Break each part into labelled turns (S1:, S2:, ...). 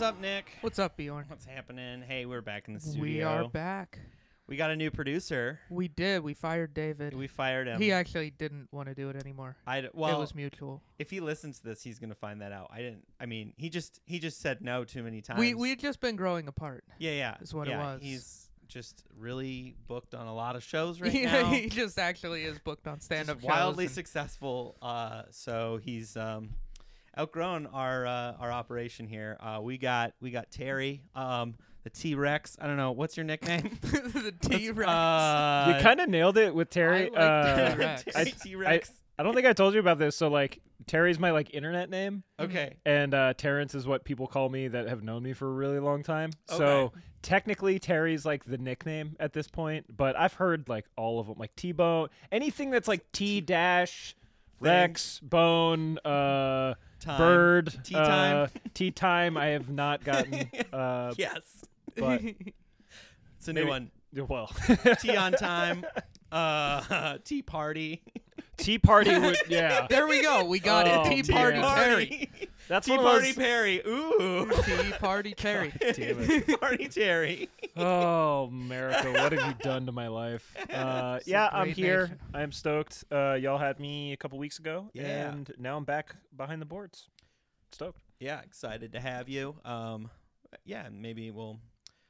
S1: up, Nick?
S2: What's up, Bjorn?
S1: What's happening? Hey, we're back in the studio.
S2: We are back.
S1: We got a new producer.
S2: We did. We fired David.
S1: We fired him.
S2: he actually didn't want to do it anymore.
S1: I d- well,
S2: it was mutual.
S1: if he listens to this, he's gonna find that out. I didn't. I mean, he just he just said no too many times.
S2: We we had just been growing apart.
S1: yeah yeah
S2: is what it
S1: yeah,
S2: was.
S1: He's just really booked on a lot of shows right now.
S2: he just actually is booked on
S1: Just
S2: stand-up shows.
S1: wildly
S2: and-
S1: successful. Uh, so he's um, outgrown our uh, our operation here. Uh, we got we got Terry, um, the T Rex. I don't know what's your nickname.
S2: the T-Rex.
S1: Uh,
S3: you kind of nailed it with
S2: I
S3: Terry.
S2: like
S3: uh,
S2: T-Rex.
S3: I-
S1: T Rex.
S3: I don't think I told you about this. So like, Terry's my like internet name,
S2: Mm-hmm.
S1: Okay.
S3: and uh, Terrence is what people call me that have known me for a really long time. So
S1: Okay.
S3: technically, Terry's like the nickname at this point. But I've heard like all of them, like T Bone, anything that's like T dash. Rex, Bone, uh,
S1: Time.
S3: Bird,
S1: Tea time.
S3: uh, Tea Time. I have not gotten, uh,
S1: Yes.
S3: but
S1: It's a new
S3: Maybe-
S1: one.
S3: well,
S1: Tea on time. Uh, tea party.
S3: Tea Party would, yeah.
S2: there we go. We got
S3: Oh,
S2: it. Tea
S3: dear.
S2: Party
S3: Party.
S2: Terry.
S3: That's
S1: Tea
S3: one of
S1: party
S3: those-
S1: Perry. Ooh.
S2: Tea Party Terry.
S3: Damn it.
S1: Tea party Terry.
S3: oh america what have you done to my life uh,
S2: It's a
S3: yeah i'm
S2: great
S3: here
S2: nation.
S3: i'm stoked uh, y'all had me a couple weeks ago
S1: Yeah.
S3: and now i'm back behind the boards stoked
S1: Yeah, excited to have you. Um, yeah, and maybe we'll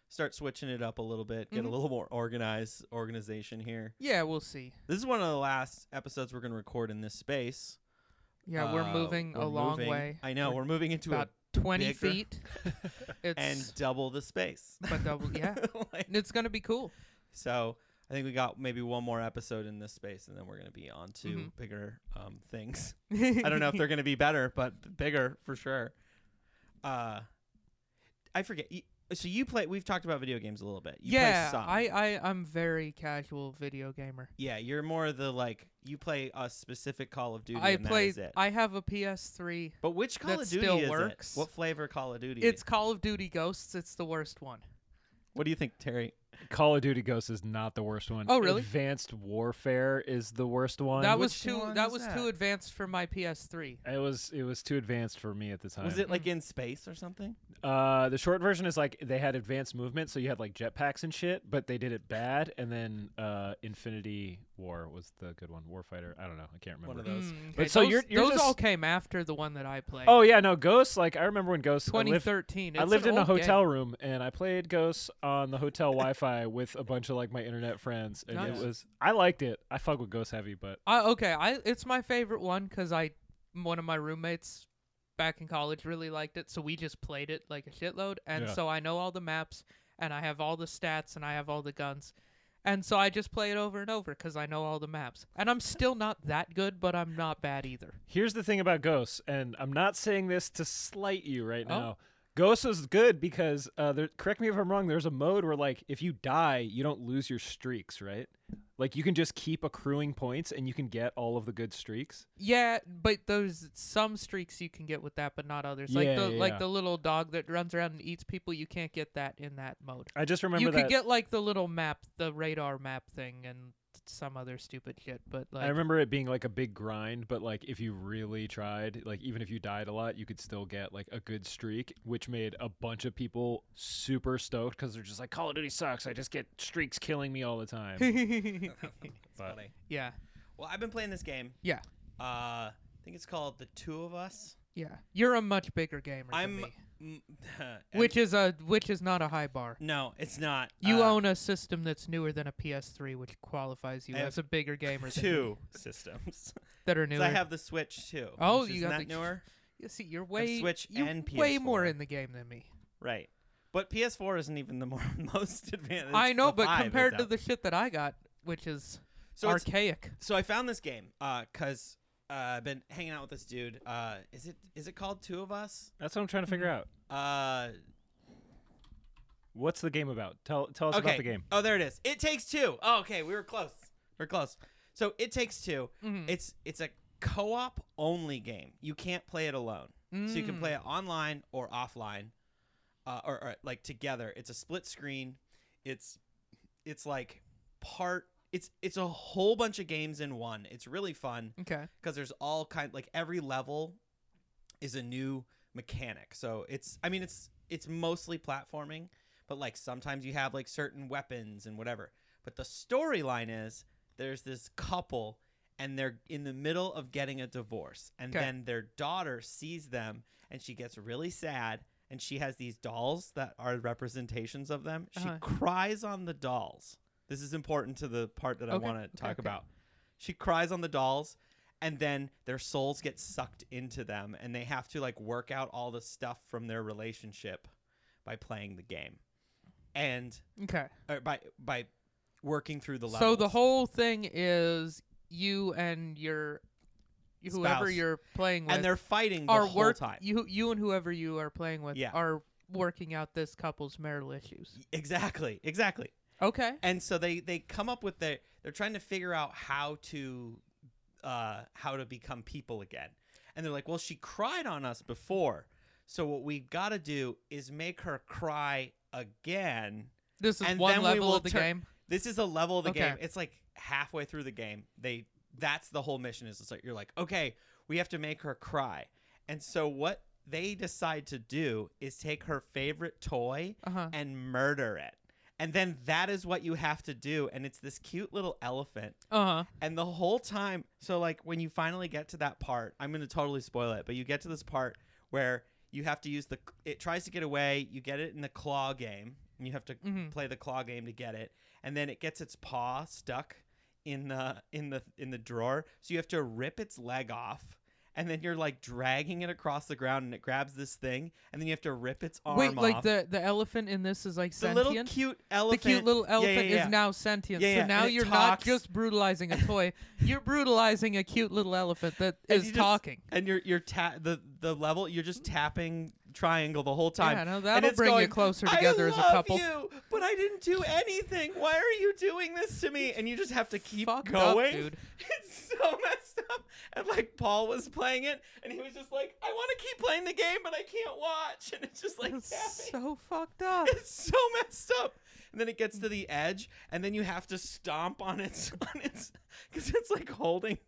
S1: start switching it up a little bit, get a
S2: Mhm.
S1: little more organized organization here.
S2: Yeah, we'll see.
S1: This is one of the last episodes we're going to record in this space.
S2: Yeah, we're
S1: Uh,
S2: moving
S1: we're
S2: a long
S1: moving-
S2: way.
S1: I know. We're, moving into a
S2: About 20
S1: bigger-
S2: feet. It's
S1: and double the space.
S2: but double. Yeah,
S1: Like,
S2: and it's gonna be cool.
S1: So I think we got maybe one more episode in this space, and then we're going to be on to
S2: Mhm.
S1: bigger um, things. I don't know if they're going to be better, but b- bigger for sure. Uh, I forget. y- So you play? We've talked about video games a little bit. You
S2: yeah,
S1: play some.
S2: I, I I'm very casual video gamer.
S1: Yeah, you're more the like you play a specific Call of Duty.
S2: I
S1: and
S2: play.
S1: That is it.
S2: I have a PS3.
S1: but which Call
S2: that
S1: of Duty
S2: still
S1: is
S2: works.
S1: it? What flavor Call of Duty?
S2: It's Call of Duty Ghosts. It's the worst one.
S1: what do you think, Terry?
S3: call of duty ghost is not the worst one
S2: Oh, really?
S3: advanced warfare is the worst one
S2: that was
S1: which
S2: too.
S1: one
S2: That
S1: is
S2: was
S1: that?
S2: too advanced for my PS3.
S3: it was it was too advanced for me at the time.
S1: Was it
S2: Mm.
S1: like in space or something?
S3: Uh, the short version is like they had advanced movement, so you had like jetpacks and shit, but they did it bad. And then uh, Infinity War was the good one. Warfighter, I don't know, I can't remember.
S1: One of those.
S2: Mm,
S3: But
S2: okay,
S3: so
S2: those,
S3: you're- you're
S2: those all
S3: just-
S2: came after the one that I played.
S3: Oh yeah, no Ghosts. Like I remember when Ghosts. I lived-
S2: 2013.
S3: I
S2: It's
S3: lived
S2: an
S3: in a
S2: old game.
S3: hotel room and I played Ghosts on the hotel Wi-Fi with a bunch of like my internet friends, and
S2: Nice.
S3: it was I liked it. I fuck with Ghosts heavy, but
S2: I, okay, I it's my favorite one because I one of my roommates back in college really liked it, so we just played it like a shitload, and
S3: Yeah.
S2: so I know all the maps and I have all the stats and I have all the guns, and so I just play it over and over because I know all the maps, and I'm still not that good, but I'm not bad either.
S3: here's the thing about Ghosts, and I'm not saying this to slight you right
S2: Oh.
S3: now. Ghosts is good because uh, there, correct me if I'm wrong. There's a mode where like if you die, you don't lose your streaks, right? Like you can just keep accruing points and you can get all of the good streaks.
S2: Yeah, but there's some streaks you can get with that, but not others. like
S3: Yeah,
S2: the
S3: yeah,
S2: like
S3: yeah.
S2: the little dog that runs around and eats people, you can't get that in that mode.
S3: I just remember
S2: you
S3: that.
S2: could get like the little map, the radar map thing, and some other stupid shit. But like,
S3: I remember it being like a big grind, but like if you really tried, like even if you died a lot, you could still get like a good streak, which made a bunch of people super stoked because they're just like, Call of Duty sucks. I just get streaks killing me all the time. But-
S1: Funny.
S2: yeah,
S1: Well, I've been playing this game.
S2: yeah,
S1: Uh, I think it's called The Two of Us.
S2: yeah. You're a much bigger gamer
S1: I'm,
S2: than me,
S1: mm,
S2: which is a which is not a high bar.
S1: no, it's not.
S2: You
S1: Uh,
S2: own a system that's newer than a PS3, which qualifies you
S1: I have
S2: as a bigger gamer. than me
S1: two systems.
S2: that are
S1: 'Cause
S2: newer.
S1: I have the Switch too.
S2: Oh,
S1: which
S2: you
S1: is
S2: got
S1: not
S2: the-
S1: newer,
S2: You see, you're way
S1: Switch
S2: you're
S1: and
S2: way more
S1: PS4.
S2: in the game than me.
S1: right? But PS4 isn't even the more, most advanced.
S2: I know,
S1: the
S2: but
S1: five is
S2: compared to
S1: out.
S2: the shit that I got, which is
S1: so it's-
S2: archaic.
S1: so I found this game because uh, I've been hanging out with this dude. Uh, is it is it called Two of Us?
S3: That's what I'm trying to figure out.
S1: Uh,
S3: What's the game about? Tell tell us
S1: okay.
S3: about the game.
S1: Oh, there it is. It takes two. Oh, okay, we were close. We're close. So it takes 2
S2: Mhm.
S1: It's it's a co-op only game. You can't play it alone. So you can
S2: Mm.
S1: play it online or offline, uh, or, or like together. It's a split screen. It's it's like part. It's it's a whole bunch of games in one. It's really fun
S2: Okay.
S1: because there's all kind like every level is a new mechanic. So it's I mean it's it's mostly platforming, but like sometimes you have like certain weapons and whatever. But the storyline is there's this couple and they're in the middle of getting a divorce and
S2: 'Kay.
S1: then their daughter sees them and she gets really sad and she has these dolls that are representations of them. She
S2: Uh-huh.
S1: cries on the dolls. This is important to the part that I
S2: Okay,
S1: want to
S2: okay,
S1: talk
S2: okay.
S1: about. She cries on the dolls and then their souls get sucked into them and they have to like work out all the stuff from their relationship by playing the game and
S2: Okay.
S1: or by by working through the levels.
S2: So the whole thing is you and your whoever
S1: Spouse.
S2: you're playing with
S1: and they're fighting the
S2: are
S1: whole
S2: work
S1: time.
S2: you you and whoever you are playing with
S1: Yeah.
S2: are working out this couple's marital issues.
S1: Exactly, exactly.
S2: Okay.
S1: And so they they come up with their they're trying to figure out how to uh how to become people again. And they're like, "Well, she cried on us before. So what we've got to do is make her cry again."
S2: This is
S1: And
S2: one
S1: then we
S2: level
S1: will
S2: of the
S1: turn-
S2: game.
S1: This is a level of the
S2: Okay.
S1: game. It's like halfway through the game. They that's the whole mission is it's like you're like, okay, we have to make her cry. And so what they decide to do is take her favorite toy
S2: Uh-huh.
S1: and murder it. And then that is what you have to do. And it's this cute little elephant.
S2: Uh-huh.
S1: And the whole time, so like when you finally get to that part, I'm going to totally spoil it, but you get to this part where you have to use the, it tries to get away. You get it in the claw game. And you have to
S2: Mhm.
S1: play the claw game to get it. And then it gets its paw stuck in the in the in the drawer so you have to rip its leg off and then you're like dragging it across the ground and it grabs this thing and then you have to rip its arm
S2: Wait,
S1: off
S2: like the the elephant in this is like
S1: the
S2: sentient.
S1: little cute
S2: The
S1: elephant.
S2: cute little
S1: Yeah, yeah,
S2: elephant
S1: yeah.
S2: is now sentient.
S1: Yeah, yeah,
S2: So
S1: and
S2: now
S1: it
S2: you're
S1: talks.
S2: not just brutalizing a toy. you're brutalizing a cute little elephant that
S1: And
S2: is
S1: you just-
S2: talking.
S1: And you're you're ta- the the level you're just tapping triangle the whole time.
S2: Yeah, no,
S1: and
S2: that'll
S1: it's
S2: bring
S1: going,
S2: you closer
S1: "I
S2: together as a
S1: love
S2: couple.
S1: You, but I didn't do anything. Why are you doing this to me? And you just have to keep
S2: Fucked up,
S1: going.
S2: dude.
S1: It's so messed up. And like Paul was playing it, and he was just like, I want to keep playing the game, but I can't watch. And it's just like
S2: That's
S1: tapping.
S2: so fucked up.
S1: It's so messed up. And then it gets to the edge, and then you have to stomp on its on its because it's like holding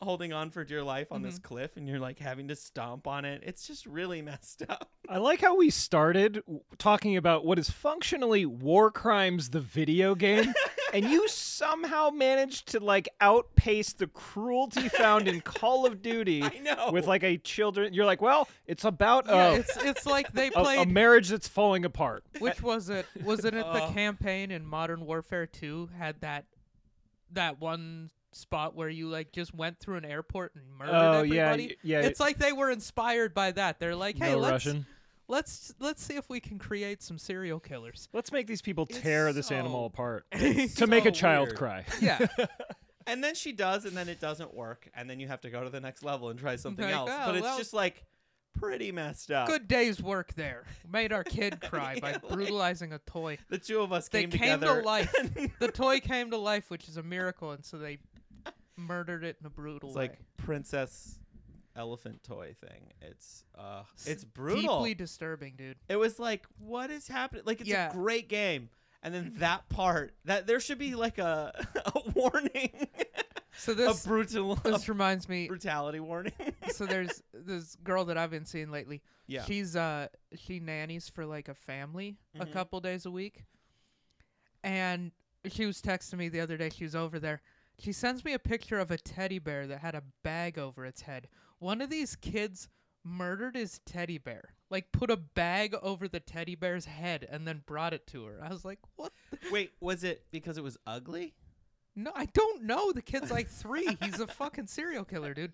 S1: holding on for dear life on this cliff, and you're like having to stomp on it. It's just really messed up.
S3: I like how we started w- talking about what is functionally War Crimes the video game, and you somehow managed to like outpace the cruelty found in Call of Duty
S1: I know.
S3: with like a children. You're like, well, it's about
S2: yeah,
S3: uh,
S2: it's it's like they
S3: a, a,
S2: played
S3: marriage that's falling apart.
S2: which was it? Was it at the
S3: Uh.
S1: Oh.
S2: campaign in Modern Warfare 2 had that that one spot where you like just went through an airport and murdered
S3: Oh, yeah,
S2: everybody?
S3: y- yeah.
S2: It's like they were inspired by that. They're like, "Hey,
S3: no
S2: let's
S3: Russian.
S2: let's let's see if we can create some serial killers."
S3: Let's make these people tear this
S1: so-
S3: animal apart to make a
S1: so
S3: child
S1: weird.
S3: cry.
S2: Yeah.
S1: And then she does, and then it doesn't work, and then you have to go to the next level and try something
S2: Like,
S1: else.
S2: oh,
S1: but it's
S2: well-
S1: just like pretty messed up.
S2: Good day's work there. Made our kid cry by
S1: Yeah, like-
S2: brutalizing a toy.
S1: The two of us
S2: They
S1: came,
S2: came to
S1: together.
S2: life.
S1: and
S2: The toy came to life, which is a miracle, and so they murdered it in a brutal
S1: it's
S2: way.
S1: like princess elephant toy thing. It's uh,
S2: S-
S1: it's brutal.
S2: Deeply disturbing, dude.
S1: It was like, what is happening? Like, it's
S2: Yeah. Mm-hmm.
S1: a great game. And then that part, that there should be like a, a warning,
S2: So
S1: a
S2: this
S1: brutal a
S2: this reminds me.
S1: brutality warning.
S2: So there's this girl that I've been seeing lately.
S1: yeah.
S2: She's uh she nannies for like a family a
S1: Mhm.
S2: couple days a week. And she was texting me the other day, she was over there. She sends me a picture of a teddy bear that had a bag over its head. One of these kids murdered his teddy bear. Like put a bag over the teddy bear's head and then brought it to her. I was like, "What? the-
S1: Wait, was it because it was ugly?
S2: No, I don't know. The kid's like 3. He's a fucking serial killer, dude."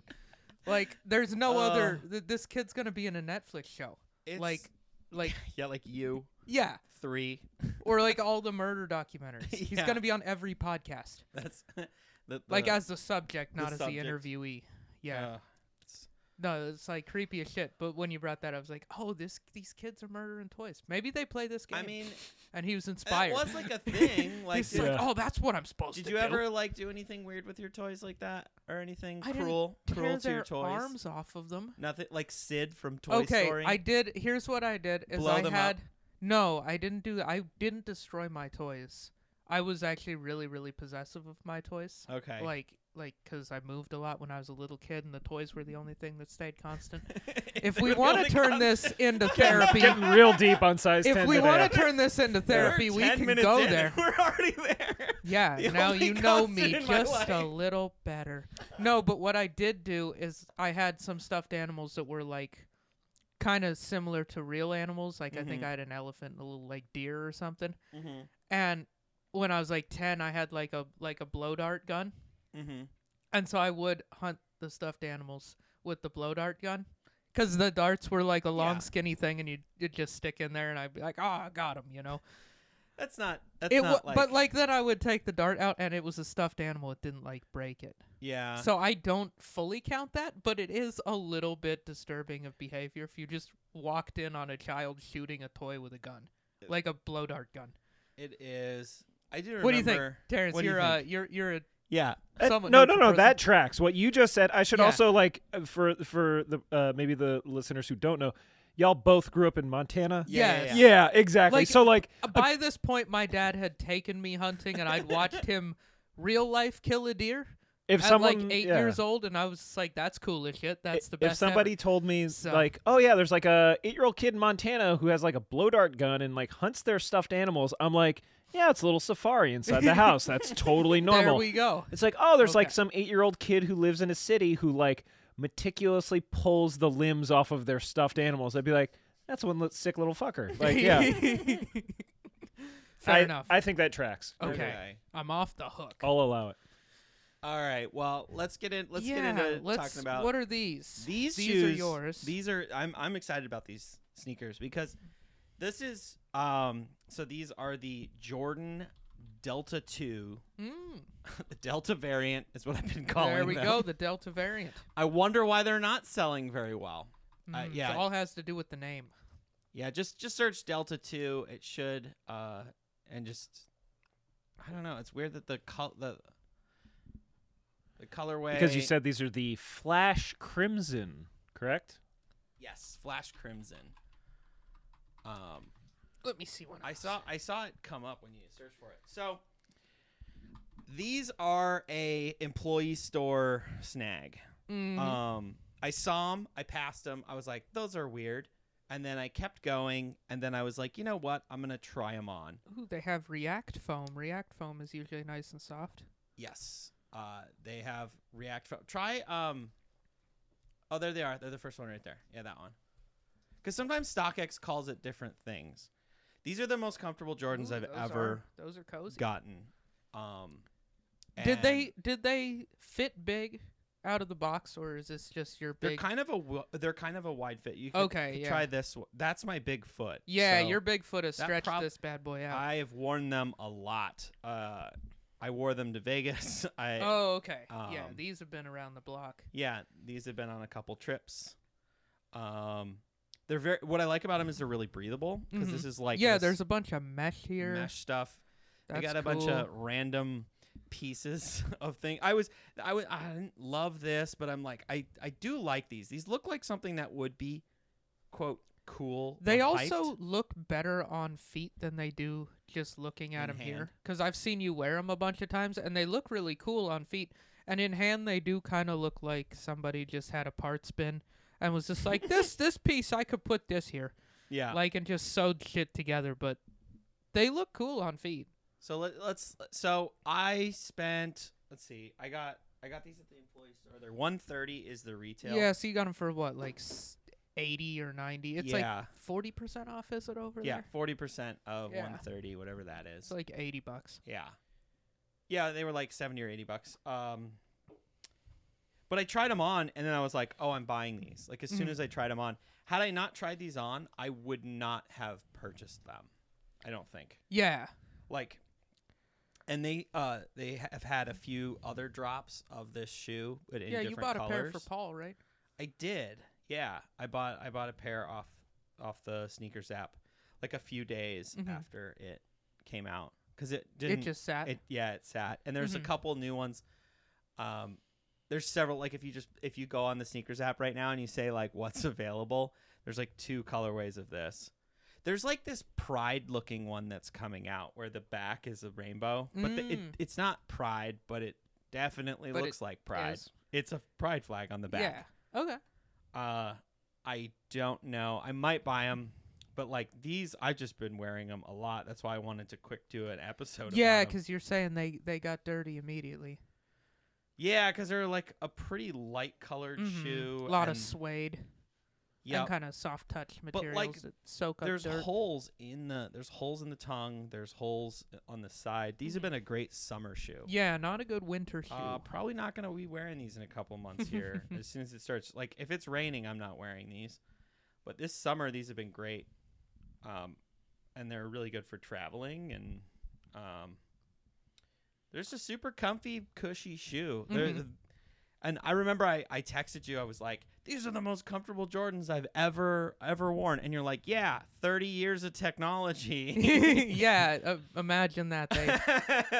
S2: Like there's no other th- this kid's going to be in a Netflix show.
S1: Uh. It's,
S2: Like like
S1: yeah, like you
S2: yeah.
S1: three.
S2: or like all the murder documentaries. He's
S1: Yeah.
S2: gonna be on every podcast,
S1: That's the,
S2: like
S1: the-
S2: as the subject,
S1: the
S2: not as
S1: subject.
S2: the interviewee. Yeah,
S1: uh,
S2: no, it's like creepy as shit. But when you brought that, up, I was like, oh, this these kids are murdering toys. Maybe they play this game.
S1: I mean,
S2: and he was
S1: that
S2: inspired.
S1: was like a thing. Like,
S2: He's
S1: did,
S2: like,
S3: Yeah.
S2: oh, that's what I'm supposed
S1: did
S2: to
S1: you
S2: do."
S1: ever like do anything weird with your toys like that, or anything
S2: I didn't
S1: cruel,
S2: tear
S1: cruel to
S2: their
S1: your toys?
S2: arms off of them?
S1: Nothing like Sid from Toy
S2: okay,
S1: Story.
S2: I did. Here's what I did: is
S1: Blow
S2: I
S1: them
S2: had
S1: up.
S2: no, I didn't do. I didn't destroy my toys. I was actually really, really possessive of my toys.
S1: okay,
S2: like like because I moved a lot when I was a little kid, and the toys were the only thing that stayed constant. if we want to turn this into therapy,
S3: Getting real deep on size
S2: if
S3: 10
S2: we
S3: today.
S2: want to turn this into therapy, we can go there.
S1: We're already there.
S2: Yeah,
S1: The
S2: now
S1: only
S2: you know
S1: constant
S2: me
S1: in my
S2: just a
S1: life.
S2: little better. No, but what I did do is I had some stuffed animals that were like kind of similar to real animals. Like I think
S1: Mhm.
S2: I had an elephant, and a little like deer or something.
S1: Mm-hmm.
S2: And when I was like 10, I had like a like a blow dart gun.
S1: Mm-hmm.
S2: And so I would hunt the stuffed animals with the blow dart gun. Because the darts were like a long,
S1: Yeah.
S2: skinny thing, and you'd, you'd just stick in there, and I'd be like, ah, I got him, you know?
S1: That's not. That's
S2: It
S1: not
S2: wa-
S1: like,
S2: But like then I would take the dart out, and it was a stuffed animal. It didn't like break it.
S1: yeah.
S2: so I don't fully count that, but it is a little bit disturbing of behavior if you just walked in on a child shooting a toy with a gun, like a blow dart gun.
S1: it is. I do remember.
S2: What do you think, Terrence?
S1: What do you
S2: you're uh,
S1: think?
S2: you're you're a
S1: Yeah.
S3: Uh,
S2: somewhat
S3: no, no,
S2: neutral
S3: no. That
S2: person.
S3: tracks. What you just said. I should
S2: Yeah.
S3: also like uh, for for the uh, maybe the listeners who don't know, y'all both grew up in Montana.
S1: Yeah.
S2: Yes.
S1: Yeah.
S3: Yeah,
S1: yeah.
S3: exactly.
S2: Like-
S3: so like,
S2: Uh, By this point, my dad had taken me hunting, and I'd watched him real life kill a deer
S3: if
S2: at
S3: someone
S2: like eight
S3: yeah.
S2: years old, and I was just like, "That's cool as shit. That's the
S3: if
S2: best." ever."
S3: somebody told me
S2: So-
S3: like, oh yeah, there's like a eight year old kid in Montana who has like a blow dart gun and like hunts their stuffed animals, I'm like, yeah, it's a little safari inside the house. That's totally normal.
S2: there we go.
S3: It's like, oh, there's like
S2: Okay.
S3: some eight year old kid who lives in a city who like meticulously pulls the limbs off of their stuffed animals. I'd be like, that's one li- sick little fucker. Like, yeah.
S2: Fair
S3: I,
S2: enough.
S3: I think that tracks.
S2: Okay.
S1: Okay.
S2: I'm off the hook.
S3: I'll allow it.
S1: All right. Well, let's get in. Oh, Let's
S2: Yeah,
S1: get into
S2: let's-
S1: talking about
S2: what are these?
S1: these.
S2: these
S1: shoes,
S2: are yours.
S1: These are. I'm. I'm excited about these sneakers because this is. Um. So these are the Jordan Delta Two.
S2: Mm,
S1: The Delta variant is what I've been calling.
S2: there we
S1: them.
S2: go. The Delta variant.
S1: I wonder why they're not selling very well. Uh,
S2: Mm, it
S1: yeah.
S2: all has to do with the name.
S1: Yeah, just just search Delta Two. It should, uh, and just I don't know. It's weird that the col- the the colorway
S3: Because you said these are the Flash Crimson, correct?
S1: yes, flash crimson. Um,
S2: Let me see one.
S1: I
S2: else.
S1: saw I saw it come up when you search for it. So these are a employee store snag.
S2: Mhm.
S3: Mm-hmm.
S1: Um, I saw them. I passed them. I was like, those are weird. And then I kept going. And then I was like, you know what? I'm gonna try them on.
S2: Ooh, they have React foam. React foam is usually nice and soft.
S1: Yes. Uh, they have React. Fo- Try. Um, oh, there they are. They're the first one right there. Yeah, that one. Because sometimes StockX calls it different things. These are the most comfortable Jordans
S2: Ooh,
S1: I've
S2: those
S1: ever
S2: Are, those are cozy.
S1: gotten. Um,
S2: Did
S1: and
S2: they did they fit big out of the box, or is this just your
S1: They're
S2: big?
S1: kind of a. wi- They're kind of a wide fit. You could,
S2: Okay,
S1: could
S2: yeah.
S1: Try this. one. That's my big foot.
S2: yeah,
S1: so
S2: your Bigfoot has
S1: that
S2: stretched
S1: prob-
S2: this bad boy out.
S1: I have worn them a lot. Uh, I wore them to Vegas. I.
S2: oh, okay. yeah,
S1: um,
S2: these have been around the block.
S1: Yeah, these have been on a couple trips. Um, they're very. What I like about them is they're really breathable because this is like
S2: Mm-hmm. yeah,
S1: this
S2: there's a bunch of mesh here.
S1: mesh stuff.
S2: That's
S1: they got a bunch
S2: cool.
S1: of random pieces of thing. I was I was I didn't love this, but I'm like I I do like these. These look like something that would be quote cool. or
S2: They
S1: hyped.
S2: also look better on feet than they do just looking at
S1: In
S2: them here.
S1: hand.
S2: Because I've seen you wear them a bunch of times, and they look really cool on feet. And in hand, they do kind of look like somebody just had a part spin and was just like, "This this piece, I could put this here,"
S1: yeah.
S2: like and just sewed shit together. But they look cool on feet.
S1: so let, let's so I spent let's see I got I got these at the employee store. They're 130 is the retail.
S2: Yeah, so you got them for what, like s- eighty or ninety? It's
S1: Yeah.
S2: like forty percent off. Is it over
S1: Yeah,
S2: there?
S1: forty percent of
S2: Yeah.
S1: one thirty, whatever that is.
S2: It's like eighty bucks.
S1: yeah, yeah, they were like seventy or eighty bucks. Um, but I tried them on, and then I was like, oh, I'm buying these. Like as soon
S2: Mhm.
S1: as I tried them on, had I not tried these on, I would not have purchased them. I don't think
S2: Yeah.
S1: like. And they uh they have had a few other drops of this shoe, but in
S2: yeah,
S1: different
S2: you bought
S1: colors.
S2: a pair for Paul, right?
S1: I did. Yeah, I bought I bought a pair off off the sneakers app like a few days
S2: Mhm.
S1: after it came out cuz it didn't
S2: it just sat.
S1: it yeah, it sat. And there's
S2: Mhm.
S1: a couple new ones um there's several like if you just if you go on the sneakers app right now and you say like what's available, there's like two colorways of this. There's like this pride looking one that's coming out where the back is a rainbow, but the, it,
S2: Mm.
S1: it's not pride, but it Definitely
S2: But
S1: looks like
S2: Yeah,
S1: pride.
S2: it's-
S1: It's a pride flag on the back.
S2: Yeah. Okay.
S1: Uh, I don't know. I might buy them, but like these, I've just been wearing them a lot. That's why I wanted to quick do an episode.
S2: Yeah,
S1: about 'em.
S2: because you're saying they they got dirty immediately.
S1: yeah, because they're like a pretty light colored
S2: Mhm.
S1: shoe.
S2: A lot
S1: and-
S2: of suede
S1: yeah.
S2: and kind of soft touch materials
S1: like,
S2: that soak up
S1: There's
S2: dirt.
S1: holes in the there's holes in the tongue. There's holes uh, on the side. These
S2: Mm-hmm.
S1: have been a great summer shoe.
S2: yeah, not a good winter shoe.
S1: Uh, probably not going to be wearing these in a couple months here. as soon as it starts, like if it's raining, I'm not wearing these. But this summer, these have been great, um, and they're really good for traveling. And um, there's a super comfy, cushy shoe. They're- And I remember I, I texted you. I was like, "These are the most comfortable Jordans I've ever ever worn." And you're like, "Yeah, 30 years of technology."
S2: yeah, uh, imagine that. They,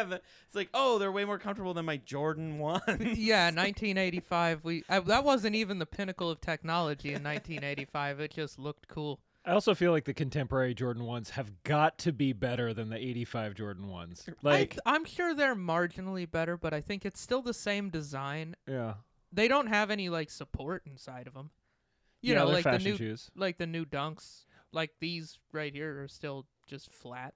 S1: it's like, oh, they're way more comfortable than my Jordan one.
S2: yeah, 1985. We I, that wasn't even the pinnacle of technology in 1985. It just looked cool.
S3: I also feel like the contemporary Jordan ones have got to be better than the '85 Jordan ones. Like,
S2: I, am sure they're marginally better, but I think it's still the same design.
S3: yeah,
S2: They don't have any like support inside of them. You
S3: yeah,
S2: know,
S3: they're
S2: like the
S3: fashion
S2: new
S3: shoes.
S2: like the new dunks, like these right here are still just flat.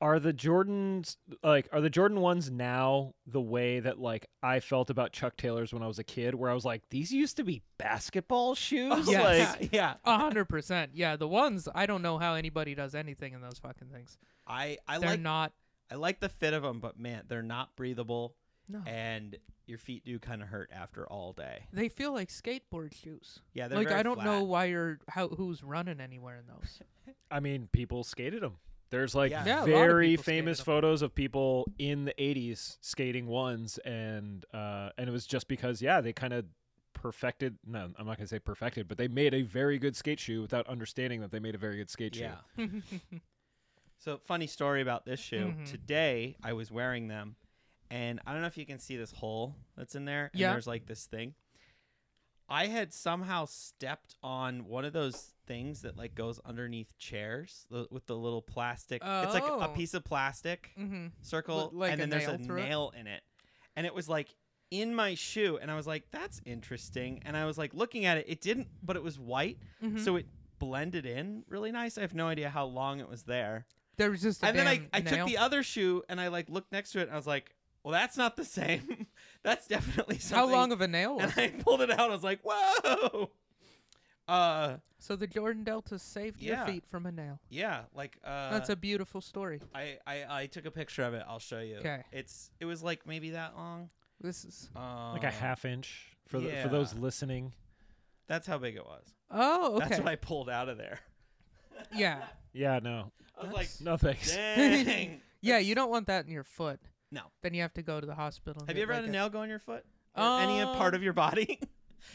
S3: Are the Jordans like are the Jordan ones now the way that like I felt about Chuck Taylors when I was a kid, where I was like, these used to be basketball shoes.
S2: yes.
S3: Like,
S1: yeah, yeah.
S2: A hundred percent. Yeah, the ones I don't know how anybody does anything in those fucking things.
S1: I I
S2: They're
S1: like
S2: not.
S1: I like the fit of them, but man, they're not breathable,
S2: No.
S1: and your feet do kind of hurt after all day.
S2: Eh. They feel like skateboard shoes.
S1: Yeah, they're
S2: like
S1: very
S2: I don't
S1: flat.
S2: know why you're how who's running anywhere in those.
S3: I mean, people skated them. There's like
S1: Yeah. Yeah,
S2: a lot of
S3: very
S2: people skated
S3: famous
S2: 'em.
S3: photos of people in the '80s skating ones, and uh, and it was just because yeah, they kind of perfected. No, I'm not gonna say perfected, but they made a very good skate shoe without understanding that they made a very good skate
S1: Yeah.
S3: shoe.
S2: Mm-hmm.
S1: So funny story about this shoe.
S2: Mhm.
S1: Today I was wearing them, and I don't know if you can see this hole that's in there. And
S2: Yeah.
S1: There's like this thing. I had somehow stepped on one of those things that like goes underneath chairs the- with the little plastic. It's like a
S2: Oh.
S1: piece of plastic.
S2: mm-hmm.
S1: circle
S2: Li- like
S1: and
S2: a
S1: then there's
S2: nail
S1: a
S2: through it?
S1: nail in it and it was like in my shoe and i was like that's interesting and i was like looking at it it didn't but it was white
S2: Mm-hmm.
S1: so it blended in really nice i have no idea how long it was there
S2: There was just a
S1: and then i,
S2: damn
S1: I took
S2: nail.
S1: the other shoe and i like looked next to it and i was like well that's not the same that's definitely
S2: how
S1: something
S2: long of a nail was
S1: and
S2: it?
S1: i pulled it out i was like whoa uh
S2: So the Jordan Delta saved
S1: Yeah.
S2: your feet from a nail.
S1: yeah like uh
S2: That's a beautiful story.
S1: I, I I took a picture of it i'll show you
S2: 'Kay.
S1: it's it was like maybe that long
S2: This is
S1: um,
S2: Uh-huh.
S3: Like a half inch for the, for those
S1: yeah.
S3: listening.
S1: That's how big it was.
S2: oh okay
S1: That's what I pulled out of there.
S2: yeah
S3: Yeah, no,
S1: I was like,
S3: no thanks.
S1: dang.
S2: yeah you don't want that in your foot.
S1: No.
S2: Then you have to go to the hospital. and
S1: Have
S2: get,
S1: you ever had
S2: like,
S1: a nail go on your foot? Or any part
S2: Um,
S1: of your body?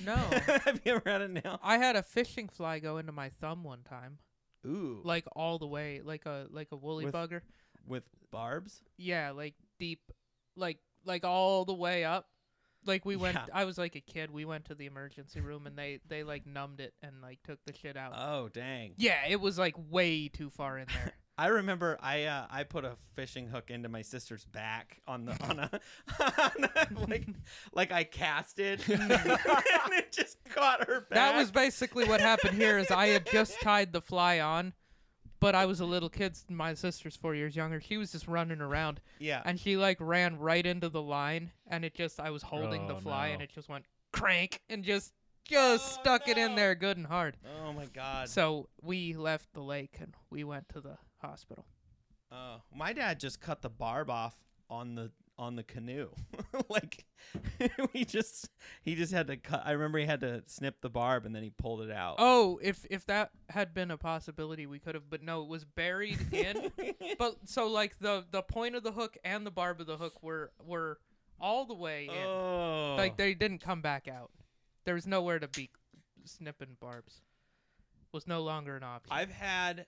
S2: No.
S1: Have you ever had a nail?
S2: I had a fishing fly go into my thumb one time,
S1: Ooh.
S2: like all the way, like a like a woolly
S1: With-
S2: bugger.
S1: With barbs?
S2: Yeah, like deep, like like all the way up. Like we went.
S1: Yeah.
S2: I was like a kid. We went to the emergency room and they they like numbed it and like took the shit out.
S1: Oh, dang.
S2: yeah, it was like way too far in there.
S1: I remember I uh, I put a fishing hook into my sister's back on the on a, on a like like I casted and it just caught her back.
S2: that was basically what happened here. Is I had just tied the fly on, but I was a little kid. My sister's four years younger. She was just running around
S1: yeah.
S2: and she like ran right into the line and it just I was holding the
S3: Oh,
S2: fly
S3: no.
S2: and it just went crank and just just
S1: Oh,
S2: stuck it in
S1: no.
S2: there good and hard.
S1: Oh my god.
S2: So we left the lake and we went to the hospital.
S1: Uh, my dad just cut the barb off on the on the canoe. like we just he just had to cut. I remember he had to snip the barb and then he pulled it out.
S2: Oh, if if that had been a possibility we could have but no, it was buried in. but so like the the point of the hook and the barb of the hook were were all the way in.
S1: Oh.
S2: Like they didn't come back out. There was nowhere to be snipping barbs. Was no longer an option.
S1: I've had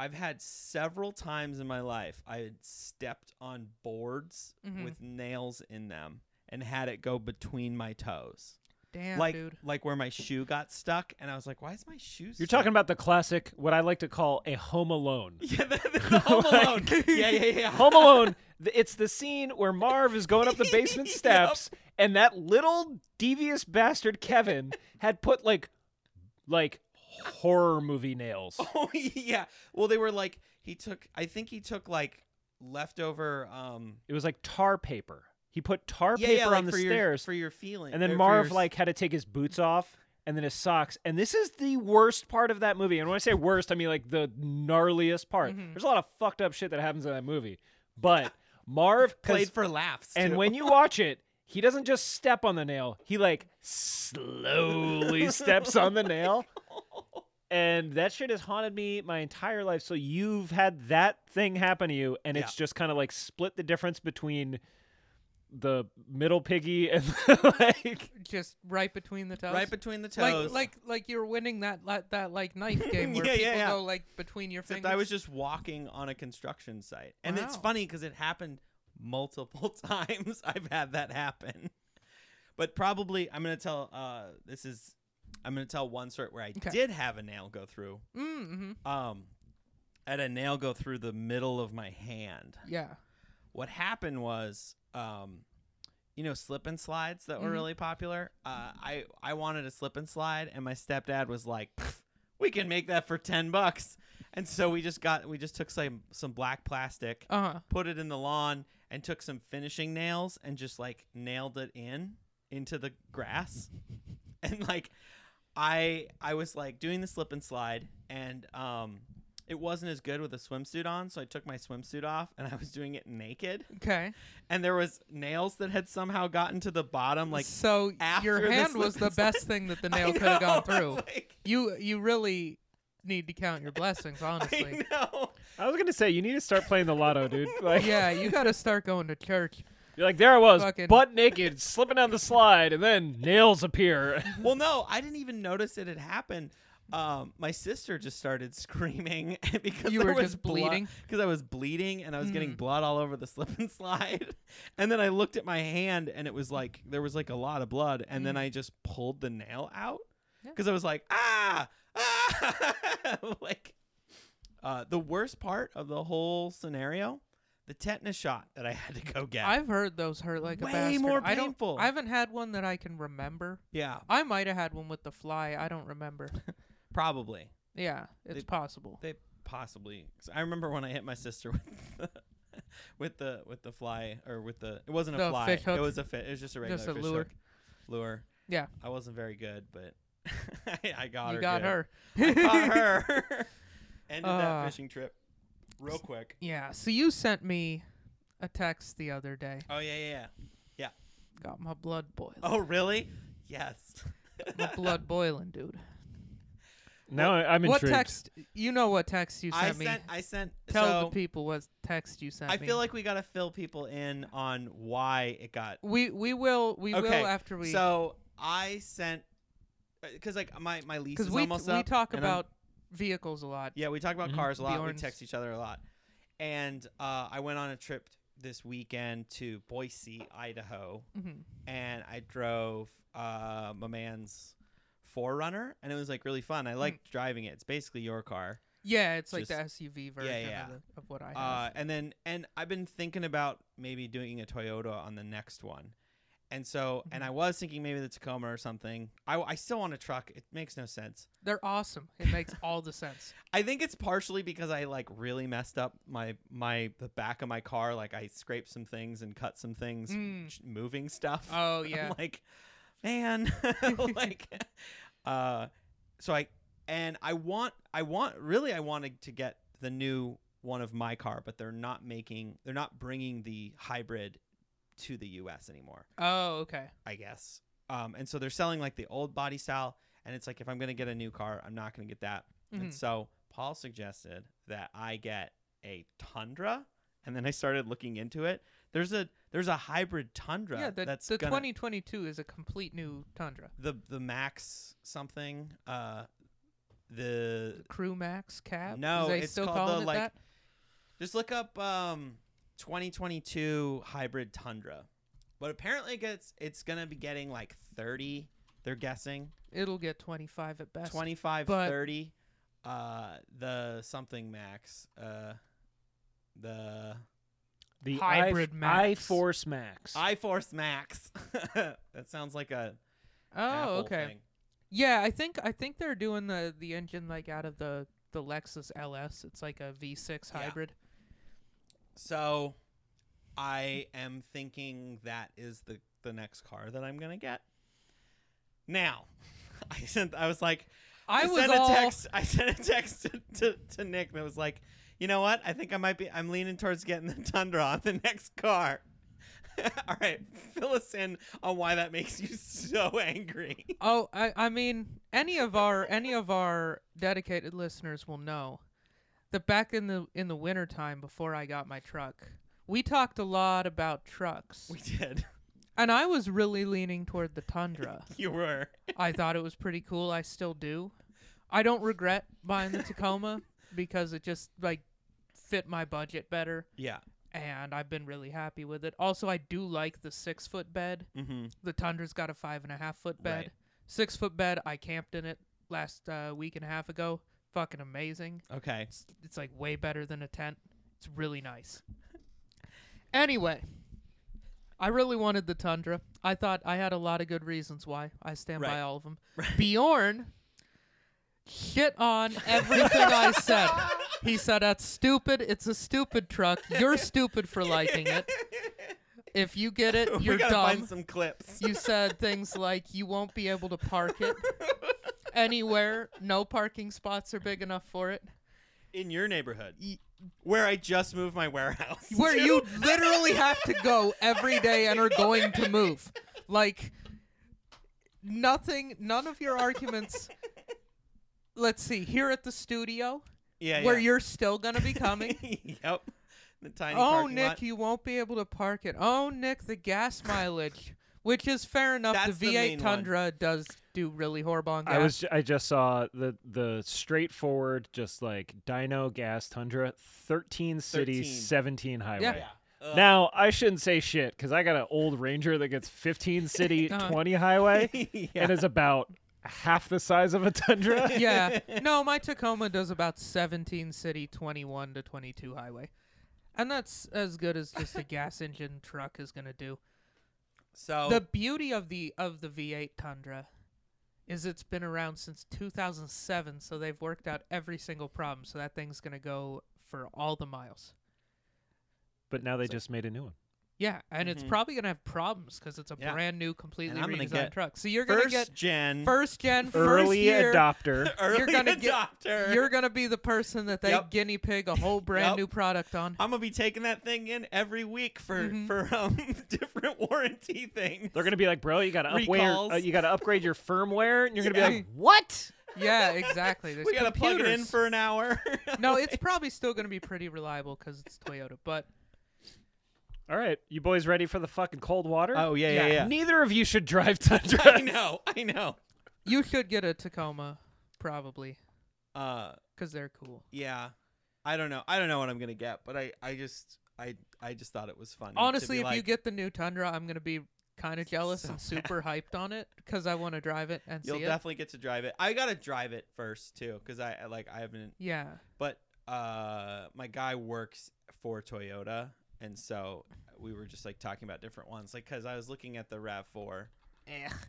S1: I've had several times in my life I had stepped on boards
S2: Mhm.
S1: with nails in them and had it go between my toes.
S2: Damn,
S1: like
S2: dude.
S1: like where my shoe got stuck, and I was like, "Why is my shoe?"
S3: You're talking about the classic, what I like to call a Home Alone.
S1: yeah, the, the Home Alone. yeah, yeah, yeah.
S3: Home Alone. th- It's the scene where Marv is going up the basement
S1: Yup.
S3: steps, and that little devious bastard Kevin had put like, like horror movie nails.
S1: Oh yeah. Well, they were like he took. I think he took like leftover. Um,
S3: It was like tar paper. He put tar
S1: yeah,
S3: paper
S1: yeah, like
S3: on the
S1: for your,
S3: stairs,
S1: for your feeling.
S3: and
S1: or
S3: then
S1: for
S3: Marv
S1: your s-
S3: like had to take his boots off. And then his socks, and this is the worst part of that movie. And when I say worst, I mean like the gnarliest part.
S1: Mm-hmm.
S2: Mhm.
S3: There's a lot of fucked up shit that happens in that movie. But Marv 'cause-
S1: played for laughs.
S3: And
S1: too.
S3: when you watch it, he doesn't just step on the nail. He like slowly steps on the nail. And that shit has haunted me my entire life. So you've had that thing happen to you, and it's just kind of like split the difference between the middle piggy and like
S2: Just right between the toes.
S1: right between the toes,
S2: like, like, like you're winning that li- that like knife game where
S1: Yeah,
S2: people
S1: yeah, yeah.
S2: go like between your
S1: Except
S2: fingers.
S1: I was just walking on a construction site. And it's
S2: Wow.
S1: funny because it happened multiple times. I've had that happen. But probably I'm gonna tell uh this is I'm gonna tell one sort where I
S2: Okay.
S1: did have a nail go through.
S2: mm-hmm.
S1: Um I had a nail go through the middle of my hand.
S2: Yeah.
S1: What happened was um you know slip and slides that were
S2: Mhm.
S1: really popular. Uh, I I wanted a slip and slide, and my stepdad was like, "Pff, "We can make that for ten bucks." And so we just got we just took some some black plastic,
S2: Uh huh.
S1: put it in the lawn, and took some finishing nails and just like nailed it in into the grass. And like I I was like doing the slip and slide, and um it wasn't as good with a swimsuit on, so I took my swimsuit off and I was doing it naked
S2: Okay.
S1: and there was nails that had somehow gotten to the bottom like
S2: so
S1: after
S2: your
S1: the
S2: hand was
S1: slip
S2: the
S1: and slide.
S2: best thing that the
S1: I
S2: nail could have
S1: know,
S2: gone through.
S1: like,
S2: You you really need to count your blessings, honestly.
S1: I know.
S3: I was gonna say you need to start playing the lotto, dude. Like
S2: Yeah, you got to start going to church.
S3: you're like there I was,
S2: Fucking-
S3: butt naked, slipping down the slide, and then nails appear.
S1: Well, no, I didn't even notice it had happened. Um, my sister just started screaming because
S2: You
S1: there
S2: were
S1: was
S2: just bleeding? Hmm.
S1: because I was bleeding and I was getting blood all over the slip and slide. And then I looked at my hand and it was like there was like a lot of blood. And then I just pulled the nail out
S2: Hmm. Yeah.
S1: because I was like ah ah like uh, the worst part of the whole scenario, the tetanus shot that I had to go get.
S2: I've heard those hurt like
S1: Way
S2: a bastard.
S1: more
S2: I don't.
S1: painful.
S2: I haven't had one that I can remember.
S1: yeah,
S2: I might have had one with the fly. I don't remember.
S1: probably.
S2: Yeah, it's
S1: They-
S2: possible.
S1: They possibly. 'cause I remember when I hit my sister with the, with the with the fly or with the it wasn't a
S2: The
S1: fly.
S2: fish hook?
S1: It was a fish. It was just a regular
S2: Just a
S1: fish
S2: lure?
S1: hook. Lure.
S2: Yeah.
S1: I wasn't very good, but I, I got
S2: you
S1: her.
S2: got
S1: good.
S2: her.
S1: I got her. Ended
S2: Uh,
S1: that fishing trip real quick.
S2: yeah. So you sent me a text the other day.
S1: Oh yeah, yeah, yeah.
S2: Got my blood boiling.
S1: Oh really? Yes.
S2: My blood boiling, dude.
S3: now I- I'm
S2: what
S3: intrigued.
S2: text? You know what text you sent
S1: I
S2: me?
S1: sent. I sent.
S2: Tell
S1: so
S2: the people what text you sent
S1: I
S2: me.
S1: feel like we gotta fill people in on why it got
S2: we we will we
S1: Okay,
S2: will after we
S1: So I sent because like my my lease
S2: because
S1: is
S2: we
S1: almost
S2: we
S1: up,
S2: talk
S1: and I'm-
S2: about vehicles a lot.
S1: yeah we talk about
S3: Mhm.
S1: cars a lot. We
S2: Bjorn's.
S1: text each other a lot, and uh, I went on a trip this weekend to Boise, Idaho,
S2: Mhm.
S1: and I drove uh, my man's Forerunner, and it was like really fun. I
S2: Mm.
S1: like driving it. It's basically your car.
S2: Yeah, it's like
S1: Just-
S2: the SUV version
S1: yeah.
S2: Of, the, of what I have.
S1: Uh, and then and I've been thinking about maybe doing a Toyota on the next one. And so, and
S2: Mhm.
S1: I was thinking maybe the Tacoma or something. I, I still want a truck. It makes no sense.
S2: They're awesome. It makes all the sense.
S1: I think it's partially because I like really messed up my my the back of my car. Like I scraped some things and cut some things,
S2: Mm.
S1: ch- moving stuff.
S2: Oh
S1: I'm
S2: yeah.
S1: like, man, like, uh, so I and I want I want really I wanted to get the new one of my car, but they're not making they're not bringing the hybrid to the U.S. anymore.
S2: Oh okay.
S1: I guess. Um, and so they're selling like the old body style, and it's like if I'm gonna get a new car, I'm not gonna get that.
S2: Mhm.
S1: And so Paul suggested that I get a Tundra, and then I started looking into it. There's a there's a hybrid Tundra.
S2: Mm-hmm. Yeah, the,
S1: uh, that's
S2: the
S1: gonna-
S2: 2022 is a complete new Tundra.
S1: the the Max something. Uh, the
S2: Crew Max cab.
S1: No,
S2: is they
S1: it's
S2: still
S1: called the,
S2: calling it
S1: like-
S2: that?
S1: just look up um 2022 hybrid Tundra, but apparently it gets it's gonna be getting like 30 They're guessing
S2: It'll get 25 at best.
S1: 25,
S2: but-
S1: 30. Uh, the something max. Uh, the
S3: The
S2: Hybrid Max.
S3: I Force Max.
S1: I Force Max. that sounds like a
S2: Oh,
S1: Apple
S2: okay.
S1: thing.
S2: Yeah, I think I think they're doing the the engine like out of the the Lexus LS. It's like a V6
S1: Yeah.
S2: hybrid.
S1: So I am thinking that is the the next car that I'm gonna get. Now, I sent. I was like,
S2: I, was
S1: sent
S2: all
S1: a text. I sent a text to, to, to Nick that was like, you know what? I think I might be. I'm leaning towards getting the Tundra on the next car. All right, fill us in on why that makes you so angry.
S2: Oh, I, I mean, any of our any of our dedicated listeners will know that back in the in the wintertime before I got my truck, we talked a lot about trucks.
S1: We did.
S2: And I was really leaning toward the Tundra.
S1: You were.
S2: I thought it was pretty cool. I still do. I don't regret buying the Tacoma because it just like fit my budget better
S1: Yeah.
S2: and I've been really happy with it. Also I do like the six foot bed.
S1: Mm-hmm.
S2: The Tundra's got a five and a half foot bed.
S1: Right.
S2: Six foot bed. I camped in it last uh, week and a half ago. Fucking amazing.
S1: Okay.
S2: It's, it's like way better than a tent. It's really nice. Anyway, I really wanted the Tundra. I thought I had a lot of good reasons why. I stand by
S1: Right.
S2: all of them.
S1: Right.
S2: Bjorn shit on everything I said. He said that's stupid. It's a stupid truck. You're stupid for liking it. If you get it,
S1: we
S2: you're
S1: gotta
S2: dumb.
S1: find some clips.
S2: You said things like you won't be able to park it anywhere. No parking spots are big enough for it.
S1: in your neighborhood
S2: Y-
S1: where I just moved my warehouse.
S2: Where
S1: to.
S2: you literally have to go every day and are going to move. Like nothing none of your arguments Let's see, here at the studio
S1: yeah,
S2: where
S1: yeah.
S2: you're still going to be coming.
S1: yep. The tiny
S2: oh,
S1: parking
S2: Nick,
S1: lot.
S2: you won't be able to park it. Oh, Nick, the gas mileage, which is fair enough.
S1: That's
S2: the
S1: the
S2: V8
S1: main one.
S2: Tundra does do really horrible on gas.
S3: I was. ju- I just saw the the straightforward, just like Dino Gas Tundra, thirteen cities,
S1: 13.
S3: seventeen highway.
S1: Ugh.
S3: Now I shouldn't say shit because I got an old Ranger that gets fifteen city,
S2: Uh-huh.
S3: twenty highway,
S1: Yeah.
S3: and is about half the size of a Tundra.
S2: yeah. No, my Tacoma does about 17 city, 21 to 22 highway. And that's as good as just a gas engine truck is going to do.
S1: so
S2: The beauty of the of the V8 Tundra is it's been around since 2007, so they've worked out every single problem. So that thing's going to go for all the miles.
S3: But now they just made a new one.
S2: Yeah, and it's
S1: Mhm.
S2: probably going to have problems cuz it's a
S1: Yeah.
S2: brand new completely
S1: And I'm gonna
S2: redesigned
S1: get
S2: truck. So you're going to
S1: first
S2: get
S1: gen,
S2: first gen first
S3: Early
S2: year
S3: adopter.
S1: early
S2: gonna get-
S1: adopter.
S2: You're gonna be the person that they
S1: Yep.
S2: guinea pig a whole brand
S1: Yep.
S2: new product on.
S1: I'm gonna be taking that thing in every week for
S2: Mhm.
S1: for um different warranty things.
S3: They're gonna be like, bro, you gotta upgrade.
S1: Recalls.
S3: Uh, you gotta upgrade your firmware, and you're gonna
S1: Yeah.
S3: be like, what?
S2: Yeah, exactly. There's
S1: we gotta plug it in
S2: computers.
S1: for an hour.
S2: No, it's probably still gonna be pretty reliable because it's Toyota. But
S3: All right, you boys ready for the fucking cold water?
S1: oh yeah, yeah, yeah.
S3: Neither of you should drive Tundra.
S1: I know, I know.
S2: you should get a Tacoma, probably,
S1: Uh,
S2: because they're cool.
S1: yeah. I don't know. I don't know what I'm gonna get, but I I just I I just thought it was funny. to
S2: Honestly,
S1: be
S2: if you
S1: like,
S2: get the new Tundra, I'm gonna be kind of jealous and super hyped on it because I want to drive it and
S1: You'll
S2: see
S1: definitely get to drive it. I gotta drive it first too, because I I, like I haven't.
S2: it. Yeah.
S1: But uh, my guy works for Toyota, and so we were just like talking about different ones, like because I was looking at the Rav Four,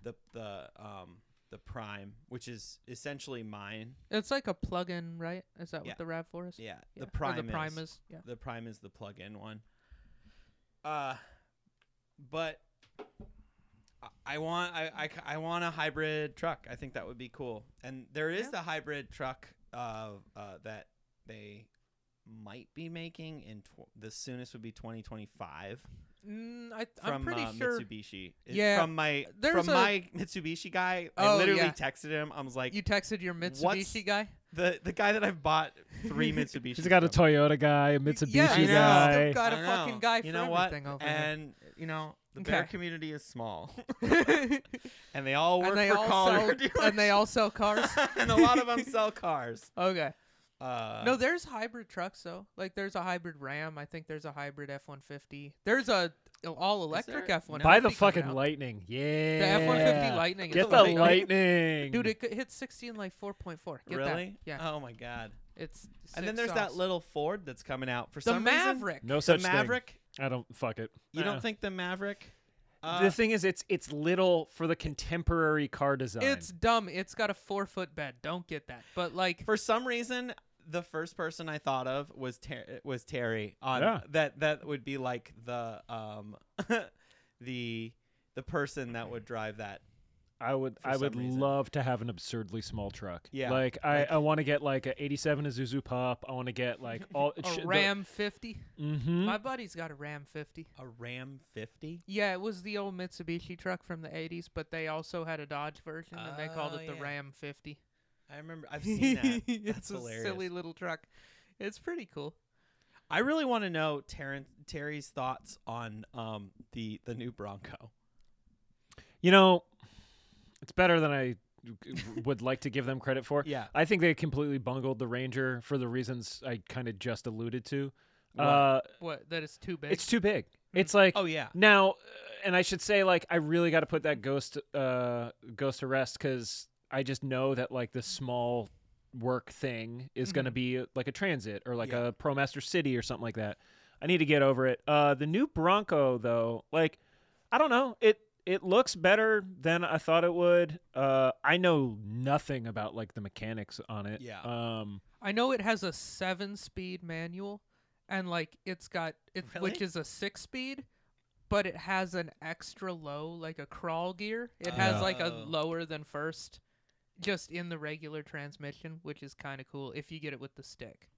S1: the the um the Prime, which is essentially mine.
S2: It's like a plug-in, right? Is that
S1: Yeah.
S2: what the Rav4 is?
S1: Yeah,
S2: Yeah.
S1: the Prime.
S2: Or the Prime
S1: is
S2: is. Yeah.
S1: the Prime is the plug-in one. Uh, but I- I want I, I, c- I want a hybrid truck. I think that would be cool. And there is
S2: Yeah.
S1: the hybrid truck uh, uh, that they might be making in tw- the soonest would be 2025
S2: Mm, I,
S1: from
S2: I'm pretty
S1: uh,
S2: sure
S1: Mitsubishi. It-
S2: Yeah,
S1: from my
S2: there's
S1: from
S2: a-
S1: my Mitsubishi guy. I
S2: Oh,
S1: literally
S2: yeah.
S1: texted him. I was like
S2: you texted your
S1: What's-
S2: Mitsubishi guy.
S1: the the guy that I've bought three Mitsubishi.
S3: She's got a Toyota guy, a Mitsubishi
S2: yeah,
S1: I know.
S3: guy.
S2: Still got a
S1: I
S2: fucking
S1: know.
S2: guy
S1: You
S2: for
S1: know what?
S2: everything over here.
S1: and you know the bear
S2: Okay.
S1: community is small,
S2: and
S1: and they all work
S2: they
S1: for
S2: all
S1: car
S2: sell, and they all sell cars.
S1: dealerships. and a lot of them sell cars.
S2: Okay.
S1: Uh,
S2: no, there's hybrid trucks though. Like there's a hybrid Ram. I think there's a hybrid F one fifty. There's a oh, all electric
S1: there-
S2: F one.
S1: no.
S3: Buy the fucking lightning. Yeah.
S2: The F one fifty Lightning. is
S3: Get the
S2: coming out.
S3: lightning.
S2: Dude, it c- hits sixty in like four point four. Get that.
S1: really?
S2: Yeah.
S1: Oh my god.
S2: It's
S1: and then
S2: sick
S1: there's
S2: sauce.
S1: that little Ford that's coming out for
S2: the
S1: some reason.
S2: Maverick.
S3: no
S1: The
S3: such
S1: Maverick.
S3: thing. I don't fuck it.
S1: You
S3: Uh-uh.
S1: don't think the Maverick? Uh,
S3: the thing is, it's it's little for the contemporary car design.
S2: It's dumb. It's got a four foot bed. Don't get that. But like,
S1: for some reason, the first person I thought of was Ter- was Terry on
S3: Yeah.
S1: that that would be like the um the the person that would drive that.
S3: I would
S1: for
S3: I would
S1: some reason.
S3: love to have an absurdly small truck.
S1: Yeah,
S3: Like I,
S1: like-
S3: I want to get like a 87 Isuzu Pup. I want to get like all
S2: a Ram fifty.
S3: hmm
S2: My buddy's got a Ram fifty.
S1: A Ram 50?
S2: Yeah, it was the old Mitsubishi truck from the '80s, but they also had a Dodge version, and they called
S1: Oh,
S2: it the
S1: yeah.
S2: Ram 50.
S1: I remember I've seen that. That's
S2: it's
S1: hilarious.
S2: a silly little truck. It's pretty cool.
S1: I really want to know Terren Terry's thoughts on um the the new Bronco.
S3: You know, it's better than I would like to give them credit for.
S1: Yeah.
S3: I think they completely bungled the Ranger for the reasons I kind of just alluded to.
S1: What?
S3: Uh,
S2: What? That it's too big.
S3: it's too big. It's like
S1: Oh yeah.
S3: Now, uh, and I should say, like, I really got to put that ghost, uh, ghost to rest because I just know that like the small work thing is going to be uh, like a transit or like
S1: Mm-hmm. Yeah.
S3: a ProMaster City or something like that. I need to get over it. Uh, the new Bronco though, like, I don't know it. It looks better than I thought it would. Uh, I know nothing about like the mechanics on it.
S1: Yeah.
S3: Um,
S2: I know it has a seven-speed manual, and like it's got it, which
S1: Really?
S2: is a six-speed, but it has an extra low, like a crawl gear. It has like a
S1: Oh.
S2: lower than first, just in the regular transmission, which is kind of cool if you get it with the stick.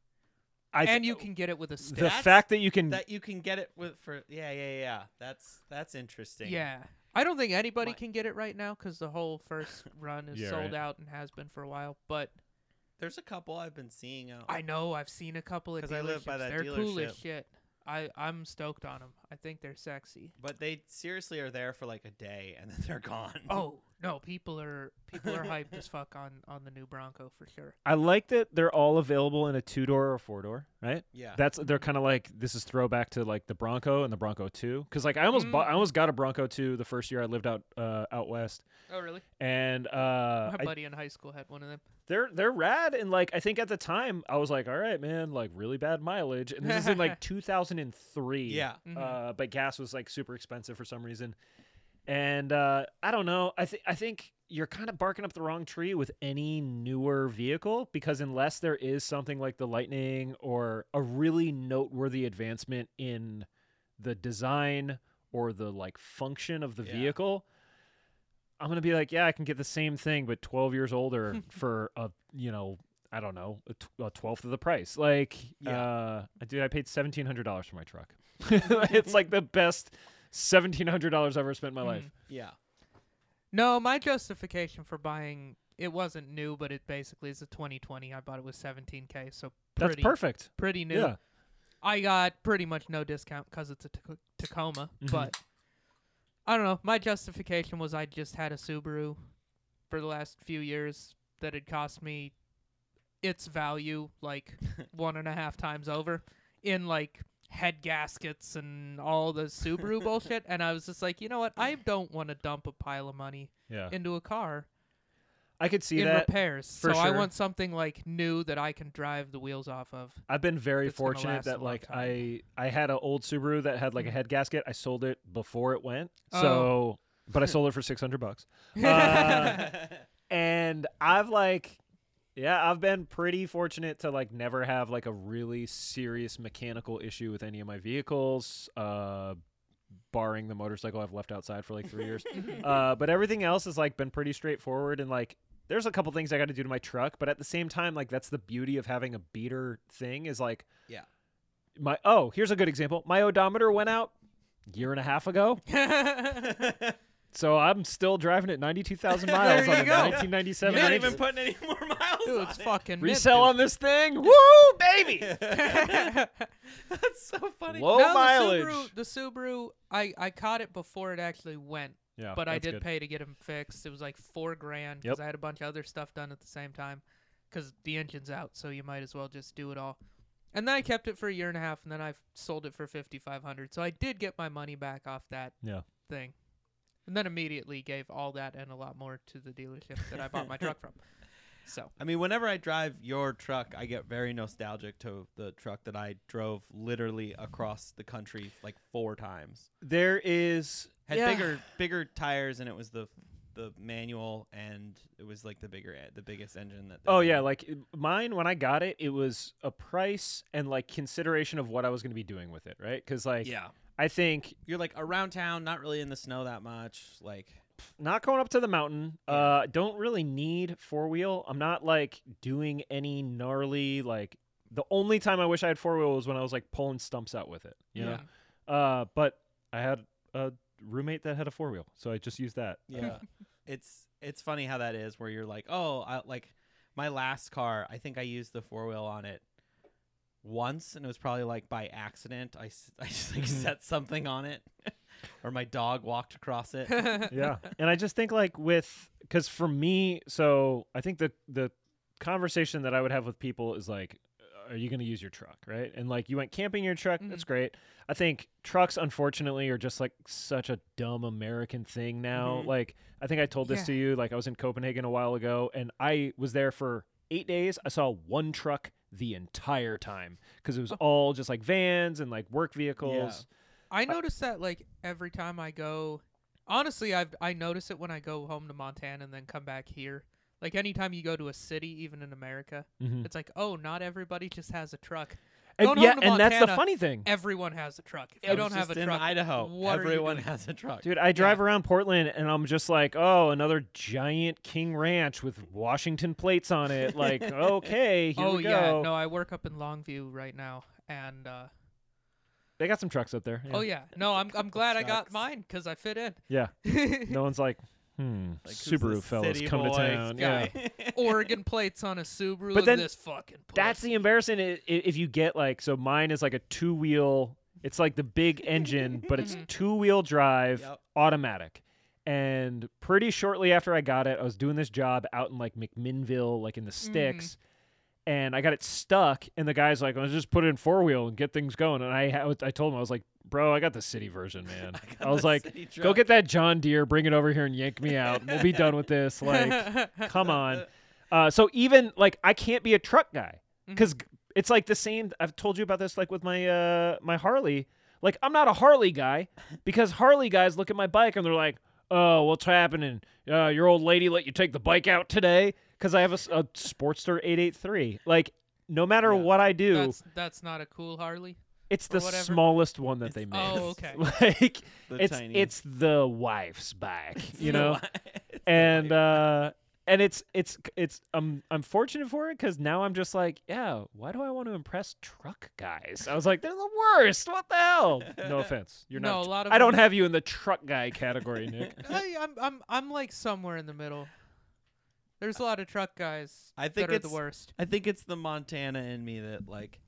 S3: I th-
S2: and you can get it with a stick.
S3: the
S1: That's-
S3: fact that you can
S1: That you can get it with for yeah, yeah, yeah. That's that's interesting.
S2: Yeah. I don't think anybody
S1: Why-
S2: can get it right now because the whole first run is
S3: Yeah,
S2: sold
S3: right.
S2: out and has been for a while. But
S1: There's a couple I've been seeing uh, out.
S2: I know I've seen a couple of
S1: 'Cause I live by
S2: dealerships.
S1: that
S2: They're cool as
S1: dealership.
S2: shit. I I'm stoked on them. I think they're sexy.
S1: but they seriously are there for like a day and then they're gone.
S2: Oh no, people are people are hyped as fuck on on the new Bronco for sure.
S3: I like that they're all available in a two door or four door, right?
S1: yeah.
S3: That's they're kind of like this is throwback to like the Bronco and the Bronco Two, because like I almost bought, I almost got a Bronco Two the first year I lived out uh, out west,
S2: Oh really?
S3: and uh,
S2: My
S3: I,
S2: buddy in high school had one of them.
S3: they're they're rad, and like I think at the time I was like, all right, man, like really bad mileage, and this is in like 2003,
S1: Yeah.
S2: Mhm.
S3: uh, but gas was like super expensive for some reason, and uh, I don't know, I think I think you're kind of barking up the wrong tree with any newer vehicle because unless there is something like the Lightning or a really noteworthy advancement in the design or the like function of the
S1: Yeah.
S3: vehicle i'm gonna be like yeah i can get the same thing but 12 years older for a you know i don't know a, tw- a twelfth of the price like
S1: Yeah.
S3: uh dude i paid $1700 for my truck it's like the best $1700 i've ever spent in
S2: Mm,
S3: my life
S1: Yeah.
S2: Mm-hmm. No, my justification for buying it wasn't new, but it basically is a 2020. I bought it with 17k, so
S3: that's
S2: pretty
S3: perfect
S2: pretty new.
S3: yeah
S2: I got pretty much no discount because it's a Tac- Tacoma,
S3: Mm-hmm.
S2: but I don't know. My justification was I just had a Subaru for the last few years that had cost me its value like one and a half times over in like head gaskets and all the Subaru bullshit. And I was just like, you know what? I don't want to dump a pile of money
S3: yeah
S2: into a car
S3: i could see
S2: in
S3: that
S2: repairs.
S3: for
S2: so I
S3: sure.
S2: want something like new that I can drive the wheels off of.
S3: I've been very
S2: that's gonna
S3: fortunate
S2: last a
S3: that
S2: long
S3: like
S2: time. Mm-hmm.
S3: I I had an old Subaru that had like a head gasket. I sold it before it went,
S2: Oh.
S3: so but I sold it for six hundred bucks. Uh, and I've like, yeah, I've been pretty fortunate to like never have like a really serious mechanical issue with any of my vehicles, uh, barring the motorcycle I've left outside for like three years. uh, but everything else has like been pretty straightforward and like. There's a couple things I got to do to my truck, but at the same time, like that's the beauty of having a beater thing is like
S1: Yeah.
S3: my oh here's a good example my odometer went out year and a half ago so i'm still driving it 92000 miles
S2: There
S3: on
S2: you
S3: the
S2: go.
S3: 1997
S1: You're not
S3: Ranger.
S1: even putting any more miles
S2: Dude,
S1: on
S2: it's
S1: it.
S2: fucking mint,
S3: resell
S2: dude.
S3: on this thing woo baby Oh,
S1: That's so funny.
S3: Low
S2: no,
S3: mileage.
S2: The Subaru, the Subaru I, I caught it before it actually went,
S3: yeah,
S2: but I
S3: Oh, that's
S2: did
S3: good.
S2: pay to get him fixed. It was like four grand because
S3: Yep.
S2: I had a bunch of other stuff done at the same time because the engine's out, so you might as well just do it all. And then I kept it for a year and a half, and then I sold it for fifty five hundred. So I did get my money back off that
S3: Yeah.
S2: thing, and then immediately gave all that and a lot more to the dealership that I bought my truck from. So
S1: I mean, whenever I drive your truck, I get very nostalgic to the truck that I drove literally across the country like four times.
S3: There is
S1: Had
S2: Yeah.
S1: bigger bigger tires, and it was the the manual, and it was like the bigger e- the biggest engine that. they
S3: Oh yeah,
S1: had.
S3: like it- mine when I got it, it was a price and like consideration of what I was going to be doing with it, right? Cuz like
S1: yeah.
S3: I think
S1: You're like around town, not really in the snow that much. Like
S3: not going up to the mountain, uh don't really need four-wheel. I'm not like doing any gnarly like the only time I wish I had four-wheel was when I was like pulling stumps out with it, you
S2: yeah,
S3: know. Uh but I had a roommate that had a four-wheel, so I just used that.
S1: yeah, it's it's funny how that is where you're like, oh, I, like my last car, I think I used the four wheel on it once, and it was probably like by accident. I s- I just like
S3: Mm-hmm.
S1: set something on it, or my dog walked across it.
S3: yeah and i just think like with because for me so i think the the conversation that i would have with people is like are you going to use your truck right and like you went camping in your truck that's
S2: Mm-hmm.
S3: great i think trucks unfortunately are just like such a dumb american thing now
S1: Mhm.
S3: like i think i told this
S2: Mm-hmm. Yeah.
S3: to you like i was in copenhagen a while ago and i was there for eight days i saw one truck the entire time because
S2: Oh.
S3: it was all just like vans and like work vehicles
S2: I notice that like every time I go. Honestly, I've I notice it when I go home to Montana and then come back here. Like anytime you go to a city, even in America,
S3: Mhm.
S2: it's like, oh, not everybody just has a truck. Going
S3: and yeah
S2: home to
S3: and that's the
S2: Montana,
S3: funny thing
S2: Everyone has a truck. If
S1: I
S2: you
S1: was
S2: don't have a
S1: just in
S2: truck,
S1: Idaho.
S2: what are you
S1: Everyone
S2: doing?
S1: has a truck.
S3: Dude, I drive around Portland and I'm just like, oh, another giant King Ranch with Washington plates on it. Like, okay, here
S2: oh
S3: we go.
S2: yeah, no, I work up in Longview right now, and uh,
S3: They got some trucks up there. Yeah.
S2: oh yeah, no, I'm I'm glad I got
S1: trucks.
S2: mine because I fit in.
S3: Yeah. No one's like, hmm,
S1: Like, who's
S3: Subaru
S1: this
S3: fellas
S1: city
S3: come
S1: boy?
S3: to town. Yeah.
S2: Oregon plates on a Subaru.
S3: But
S2: look at
S3: then-
S2: this fucking.
S3: That's
S2: pussy.
S3: the embarrassing i- i- if you get like, so mine is like a two wheel, it's like the big engine, but it's
S2: Mhm.
S3: two wheel drive,
S1: Yep.
S3: automatic. And pretty shortly after I got it, I was doing this job out in like McMinnville, like
S1: Mm.
S3: in the sticks. and I got it stuck. And the guy's like, "Let's just put it in four wheel and get things going." And I, ha- I told him, I was like, "Bro, I got the city version, man. I,
S1: got
S3: was
S1: the
S3: like,
S1: city
S3: go
S1: truck."
S3: get that John Deere, bring it over here and yank me out. We'll be done with this. Like, come on." Uh, so even like I can't be a truck guy
S2: Mm-hmm.
S3: because it's like the same. I've told you about this, like with my uh my Harley. Like I'm not a Harley guy because Harley guys look at my bike and they're like, "Oh, what's happening? Uh, your old lady let you take the bike out today?" Because I have a, s- a Sportster 883. Like no matter
S1: Yeah.
S3: what I do,
S2: that's that's not a cool Harley.
S3: it's the
S2: whatever.
S3: smallest one that they make.
S2: Oh, okay.
S3: like
S1: The
S3: it's
S1: tiny-
S3: it's the wife's bike, you know
S1: It's
S3: and
S1: like-
S3: uh and it's it's it's um I'm fortunate for it because now I'm just like yeah why do I want to impress truck guys I was like they're the worst what the hell no offense you're
S2: no,
S3: not
S2: a lot of
S3: I don't
S2: them-
S3: have you in the truck guy category Nick
S2: I, I'm I'm I'm like somewhere in the middle. There's a lot of truck guys
S1: I think
S2: that are the
S1: it's-
S2: worst.
S1: I think it's the Montana in me that like,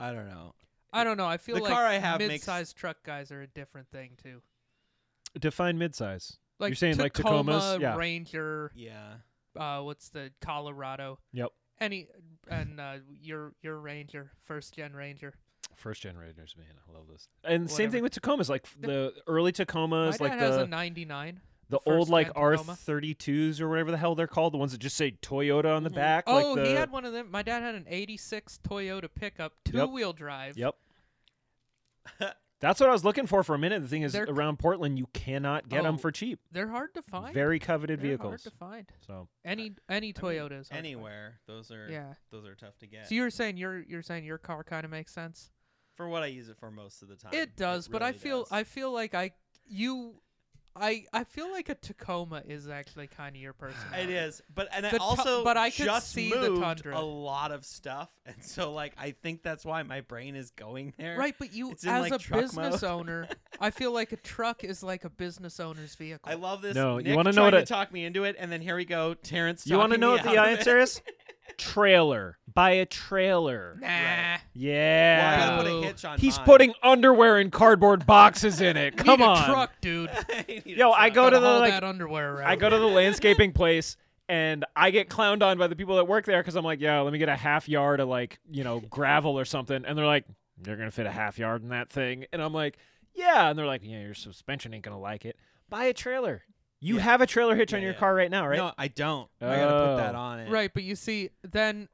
S1: I don't know.
S2: I don't know. I feel
S1: the
S2: like
S1: car I have makes-
S2: mid-sized truck guys are a different thing too.
S3: define midsize
S2: Like
S3: saying, like,
S2: Tacoma,
S3: Tacomas? Yeah.
S2: Ranger,
S1: Yeah.
S2: uh, what's the Colorado?
S3: Yep.
S2: Any and uh, your your Ranger, first gen Ranger.
S3: first generators man I love this and same
S2: Whatever.
S3: thing with Tacomas like f-
S2: The-
S3: the early Tacomas
S2: My
S3: like
S2: dad has
S3: the
S2: a '99.
S3: the
S2: first
S3: old like
S2: gen
S3: R
S2: Tacoma.
S3: thirty twos or whatever the hell they're called the ones that just say Toyota on the
S1: Mhm.
S3: back
S2: Oh,
S3: like the
S2: he had one of them. My dad had an '86 Toyota pickup, two-wheel drive.
S3: Yep. That's what I was looking for for a minute. The thing is,
S2: They're-
S3: around Portland, you cannot get
S2: Oh,
S3: them for cheap.
S2: They're hard to find.
S3: Very coveted
S2: They're
S3: vehicles.
S2: Hard to find.
S3: So
S2: Any any Toyotas.
S1: Anywhere, those are
S2: Yeah.
S1: those are tough to get.
S2: So you're saying your you're saying your car kind of makes sense.
S1: for what I use it for most of the time.
S2: It does, but I
S1: really
S2: feel
S1: does.
S2: I feel like I you I I feel like a Tacoma is actually kind of your personality.
S1: It is, but and I
S2: The tu-
S1: also
S2: but I could
S1: just
S2: see the
S1: moved
S2: tundra.
S1: a lot of stuff, and so like I think that's why my brain is going there.
S2: Right, but you
S1: It's in,
S2: as
S1: like,
S2: a
S1: truck
S2: business
S1: mode.
S2: owner, I feel like a truck is like a business owner's vehicle.
S1: I love this.
S3: No, you
S1: Nick want
S3: wanna know what
S1: to
S3: I-
S1: talk me into it, and then here we go, Terrence.
S3: you want to
S1: talking
S3: know
S1: me
S3: what the
S1: out of
S3: answer
S1: it.
S3: is? Trailer. Buy a trailer.
S2: nah.
S1: Right. Well, I
S3: Yeah.
S1: gotta put
S2: Wow.
S1: a hitch on.
S3: He's
S1: mine.
S3: putting underwear in cardboard boxes in it. Come
S2: Need
S3: on.
S2: a truck, dude.
S1: I need a
S3: Yo, I
S1: truck.
S3: go to
S2: Gotta
S3: the
S2: haul
S3: like
S2: that underwear around.
S3: I go to the landscaping place and I get clowned on by the people that work there because I'm like, yeah, let me get a half yard of like, you know, gravel or something. And they're like, you're going to fit a half yard in that thing. And I'm like, yeah. And they're like, yeah, your suspension ain't going to like it. Buy a trailer. You
S1: Yeah.
S3: have a trailer hitch
S1: Yeah,
S3: on your
S1: yeah.
S3: car right now, right?
S1: No, I don't. I gotta put that
S3: Oh.
S1: on it.
S2: Right, but you see, then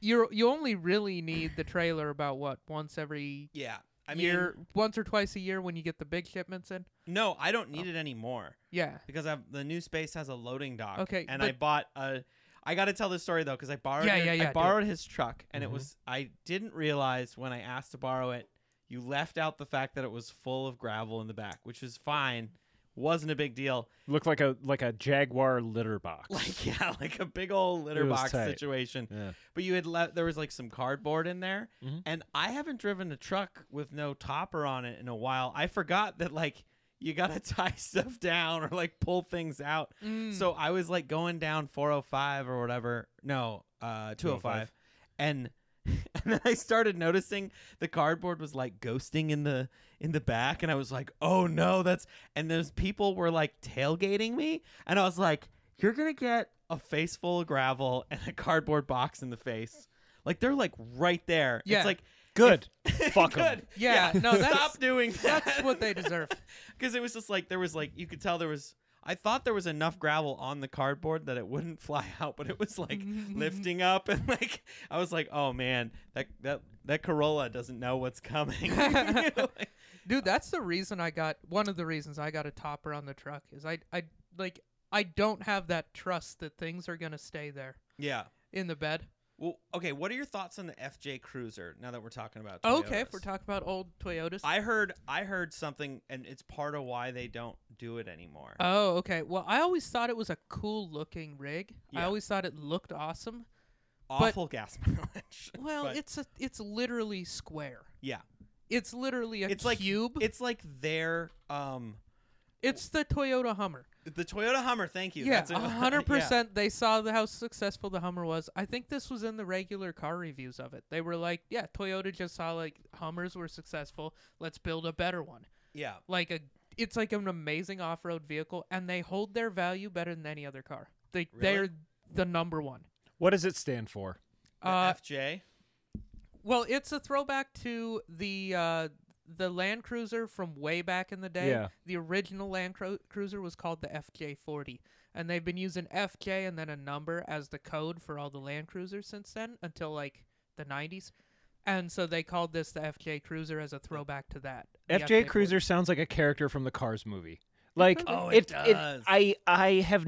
S2: you you only really need the trailer about what once every
S1: Yeah. I mean,
S2: year, once or twice a year when you get the big shipments in.
S1: no, I don't need it anymore
S2: Yeah,
S1: because I've, the new space has a loading dock.
S2: Okay,
S1: And
S2: but-
S1: I bought a. I got to tell this story though because I borrowed.
S2: Yeah,
S1: your-
S2: yeah, yeah, do
S1: I
S2: it. Mm-hmm.
S1: borrowed his truck, and
S3: Mhm.
S1: it was. I didn't realize when I asked to borrow it, you left out the fact that it was full of gravel in the back, which is fine. Wasn't a big deal.
S3: Look like a like a Jaguar litter box.
S1: Like yeah, like a big old litter
S3: It was
S1: box
S3: tight.
S1: situation.
S3: yeah.
S1: But you had left. There was like some cardboard in there,
S2: Mm-hmm.
S3: Mhm.
S1: and I haven't driven a truck with no topper on it in a while. I forgot that like you gotta tie stuff down or like pull things out.
S2: Mm.
S1: So I was like going down 405 or whatever. No, uh, 205, and. And then I started noticing the cardboard was like ghosting in the in the back, and I was like, "Oh no, that's!" And those people were like tailgating me, and I was like, "You're gonna get a face full of gravel and a cardboard box in the face." Like they're like right there.
S2: Yeah.
S1: It's like
S3: Good.
S1: if-
S3: Fuck 'em.
S1: good.
S2: Yeah, no, that's-
S1: stop doing that.
S2: that's what they deserve.
S1: Because it was just like there was like you could tell there was. I thought there was enough gravel on the cardboard that it wouldn't fly out, but it was like lifting up and like I was like, oh man, that that that Corolla doesn't know what's coming. Like,
S2: Dude, that's the reason I got one of the reasons I got a topper on the truck is I I like I don't have that trust that things are gonna stay there
S1: yeah.
S2: in the bed.
S1: Well, okay. What are your thoughts on the FJ Cruiser? Now that we're talking about
S2: Okay, if
S1: Toyotas?
S2: we're talking about old Toyotas.
S1: I heard I heard something, and it's part of why they don't do it anymore.
S2: oh, okay. Well, I always thought it was a cool looking rig. I
S1: Yeah.
S2: always thought it looked awesome.
S1: Awful gas mileage.
S2: Well,
S1: But-
S2: it's a it's literally square.
S1: yeah,
S2: It's literally a
S1: it's like
S2: cube.
S1: It's like their um
S2: it's the Toyota Hummer.
S1: the Toyota Hummer. Thank you.
S2: Yeah,
S1: That's it.
S2: a hundred percent. They saw the, how successful the Hummer was. I think this was in the regular car reviews of it. They were like, "Yeah, Toyota just saw like Hummers were successful. Let's build a better one."
S1: Yeah.
S2: Like a, it's like an amazing off-road vehicle, and they hold their value better than any other car. They
S1: Really?
S2: they're the number one.
S3: What does it stand for?
S1: The
S2: Uh,
S1: FJ.
S2: well, it's a throwback to the uh, the Land Cruiser from way back in the day.
S3: Yeah.
S2: The original Land Cru- Cruiser was called the FJ40, and they've been using FJ and then a number as the code for all the Land Cruisers since then until like the 90s. And so they called this the FJ Cruiser as a throwback to that. the
S3: FJ
S2: FJ40.
S3: Cruiser sounds like a character from the Cars movie. Like
S2: Oh,
S1: it
S3: it
S1: does.
S3: I I have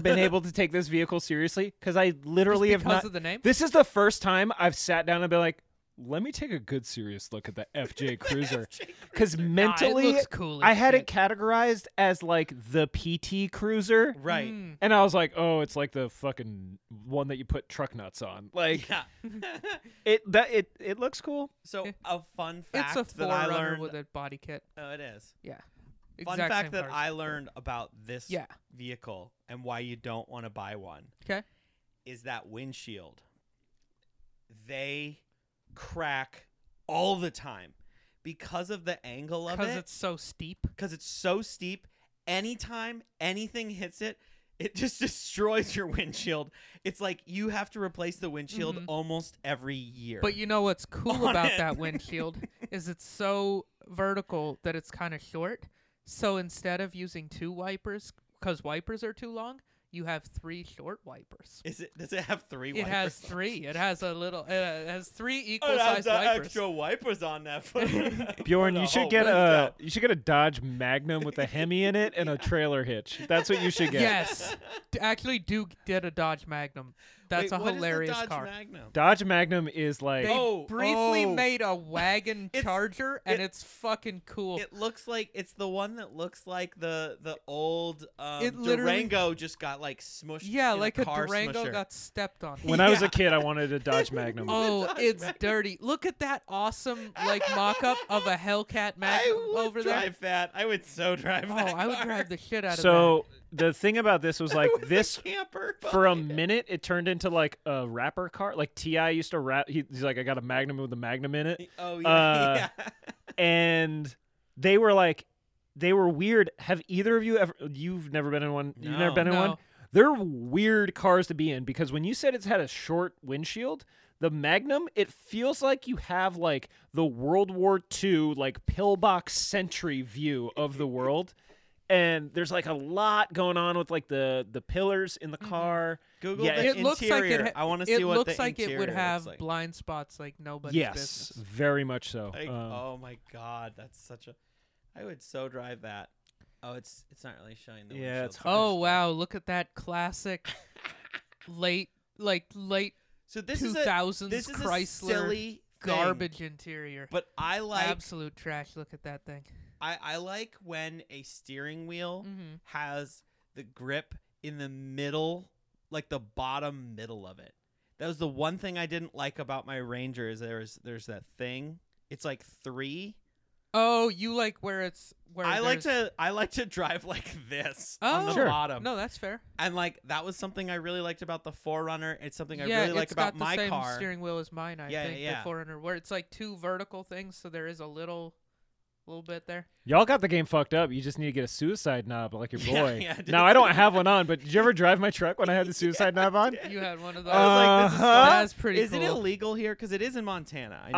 S3: been able to take this vehicle seriously cuz I literally
S2: Just
S3: have
S2: because
S3: not
S2: of the name.
S3: This is the first time I've sat down and been like, let me take a good serious look at the FJ Cruiser. Because
S2: Nah, it
S3: mentally,
S2: looks cool
S3: I
S2: as
S3: had it
S2: shit.
S3: categorized as like the PT Cruiser.
S1: Right.
S2: Mm.
S3: And I was like, oh, it's like the fucking one that you put truck nuts on. Mm. Like
S1: Yeah.
S3: it that it it looks cool.
S1: so
S2: Eh.
S1: a fun fact
S2: It's a
S1: that I
S2: forerunner
S1: learned.
S2: with a body kit.
S1: oh, it is.
S2: Yeah.
S1: Fun
S2: Exact
S1: fact
S2: same
S1: that
S2: cars.
S1: I learned about this
S2: Yeah.
S1: vehicle and why you don't want to buy one.
S2: 'Kay.
S1: Is that windshield? They crack all the time because of the angle of
S2: Because
S1: it.
S2: it's so steep.
S1: because it's so steep. Anytime anything hits it, it just destroys your windshield. It's like you have to replace the windshield
S2: Mhm.
S1: almost every year.
S2: But you know what's cool
S1: on
S2: about
S1: it.
S2: that windshield is it's so vertical that it's kind of short. So instead of using two wipers, because wipers are too long, you have three short wipers.
S1: is it? Does it have three?
S2: It
S1: wipers?
S2: has three. It has a little. uh, It has three equal
S1: It has
S2: sized
S1: the
S2: wipers.
S1: extra wipers on that. For, for
S3: Bjorn,
S1: the
S3: you should
S1: whole
S3: get a
S1: window.
S3: you should get a Dodge Magnum with a Hemi in it and a trailer hitch. That's what you should get.
S2: Yes, D- actually, do get a Dodge Magnum. That's
S1: Wait,
S2: a
S1: what is the
S2: hilarious
S1: Dodge
S2: car.
S1: Magnum?
S3: Dodge Magnum is like
S2: They
S1: Oh,
S2: briefly
S1: oh.
S2: made a wagon
S1: It's-
S2: charger, and
S1: it-
S2: it's fucking cool.
S1: It looks like it's the one that looks like the the old um,
S2: It literally-
S1: Durango just got like smushed.
S2: yeah,
S1: in
S2: like
S1: a,
S2: a,
S1: car
S2: Durango
S1: smusher.
S2: got stepped on.
S3: when I was a
S1: Yeah.
S3: kid I wanted a Dodge Magnum.
S2: Oh,
S1: Dodge
S2: it's
S1: Magnum.
S2: dirty. Look at that awesome like mock-up of a Hellcat Magnum
S1: I would
S2: over there.
S1: drive that. I would so drive
S2: Oh,
S1: that.
S2: I would
S1: car.
S2: drive the shit out of
S3: so the thing about this was like
S1: With a
S3: this
S1: camper
S3: for a
S1: behind it.
S3: minute it turned into like a rapper car like ti used to rap he, he's like i got a magnum with a magnum in it
S1: Oh yeah,
S3: Uh,
S1: yeah.
S3: and they were like they were weird have either of you ever you've never been in one you've never
S1: No.
S3: been
S2: that.
S3: in one
S2: No.
S3: They're weird cars to be in because when you said it's had a short windshield, the Magnum, it feels like you have like the World War II like pillbox sentry view of the world. And there's like a lot going on with like the the pillars in the
S1: Mm-hmm.
S3: car.
S1: Google
S3: Yeah,
S1: the
S2: it looks like it
S1: interior.
S2: ha-
S1: I want to
S2: It
S1: see what
S2: looks
S1: the
S2: like it
S1: interior
S2: would
S1: looks
S2: have
S1: like.
S2: blind spots like nobody's
S3: yes,
S2: business.
S3: very much so.
S1: Like,
S3: Um,
S1: oh my god, that's such a. I would so drive that. Oh, it's it's not really showing the.
S3: Yeah,
S1: windshield
S3: it's hard.
S1: cover.
S2: Oh wow, look at that classic late like late
S1: So this
S2: two
S1: is a
S2: thousands
S1: this is a
S2: Chrysler
S1: silly thing,
S2: garbage interior.
S1: But I like
S2: Absolute trash. Look at that thing.
S1: I, I like when a steering wheel
S2: Mhm.
S1: has the grip in the middle, like the bottom middle of it. That was the one thing I didn't like about my Ranger is there's there's that thing. It's like three.
S2: Oh, you like where it's where
S1: I like
S2: there's-
S1: to I like to drive like this on the
S2: Oh. Sure.
S1: bottom.
S2: No, that's fair.
S1: And like that was something I really liked about the Forerunner. It's something I
S2: yeah,
S1: really like
S2: it's
S1: about
S2: got
S1: my
S2: the same
S1: car.
S2: steering wheel as mine. I
S1: Yeah,
S2: think
S1: yeah.
S2: the Forerunner, where it's like two vertical things, so there is a little, little bit there.
S3: Y'all got the game fucked up. You just need to get a suicide knob like your
S1: Yeah,
S3: boy.
S1: yeah, just-
S3: now I don't have one on, but did you ever drive my truck when I had the suicide knob on?
S2: You had one of those.
S1: I was like, this is
S3: Uh-huh.
S1: fun.
S2: That's pretty
S1: Is
S2: cool.
S1: it illegal here? Because it is in Montana. I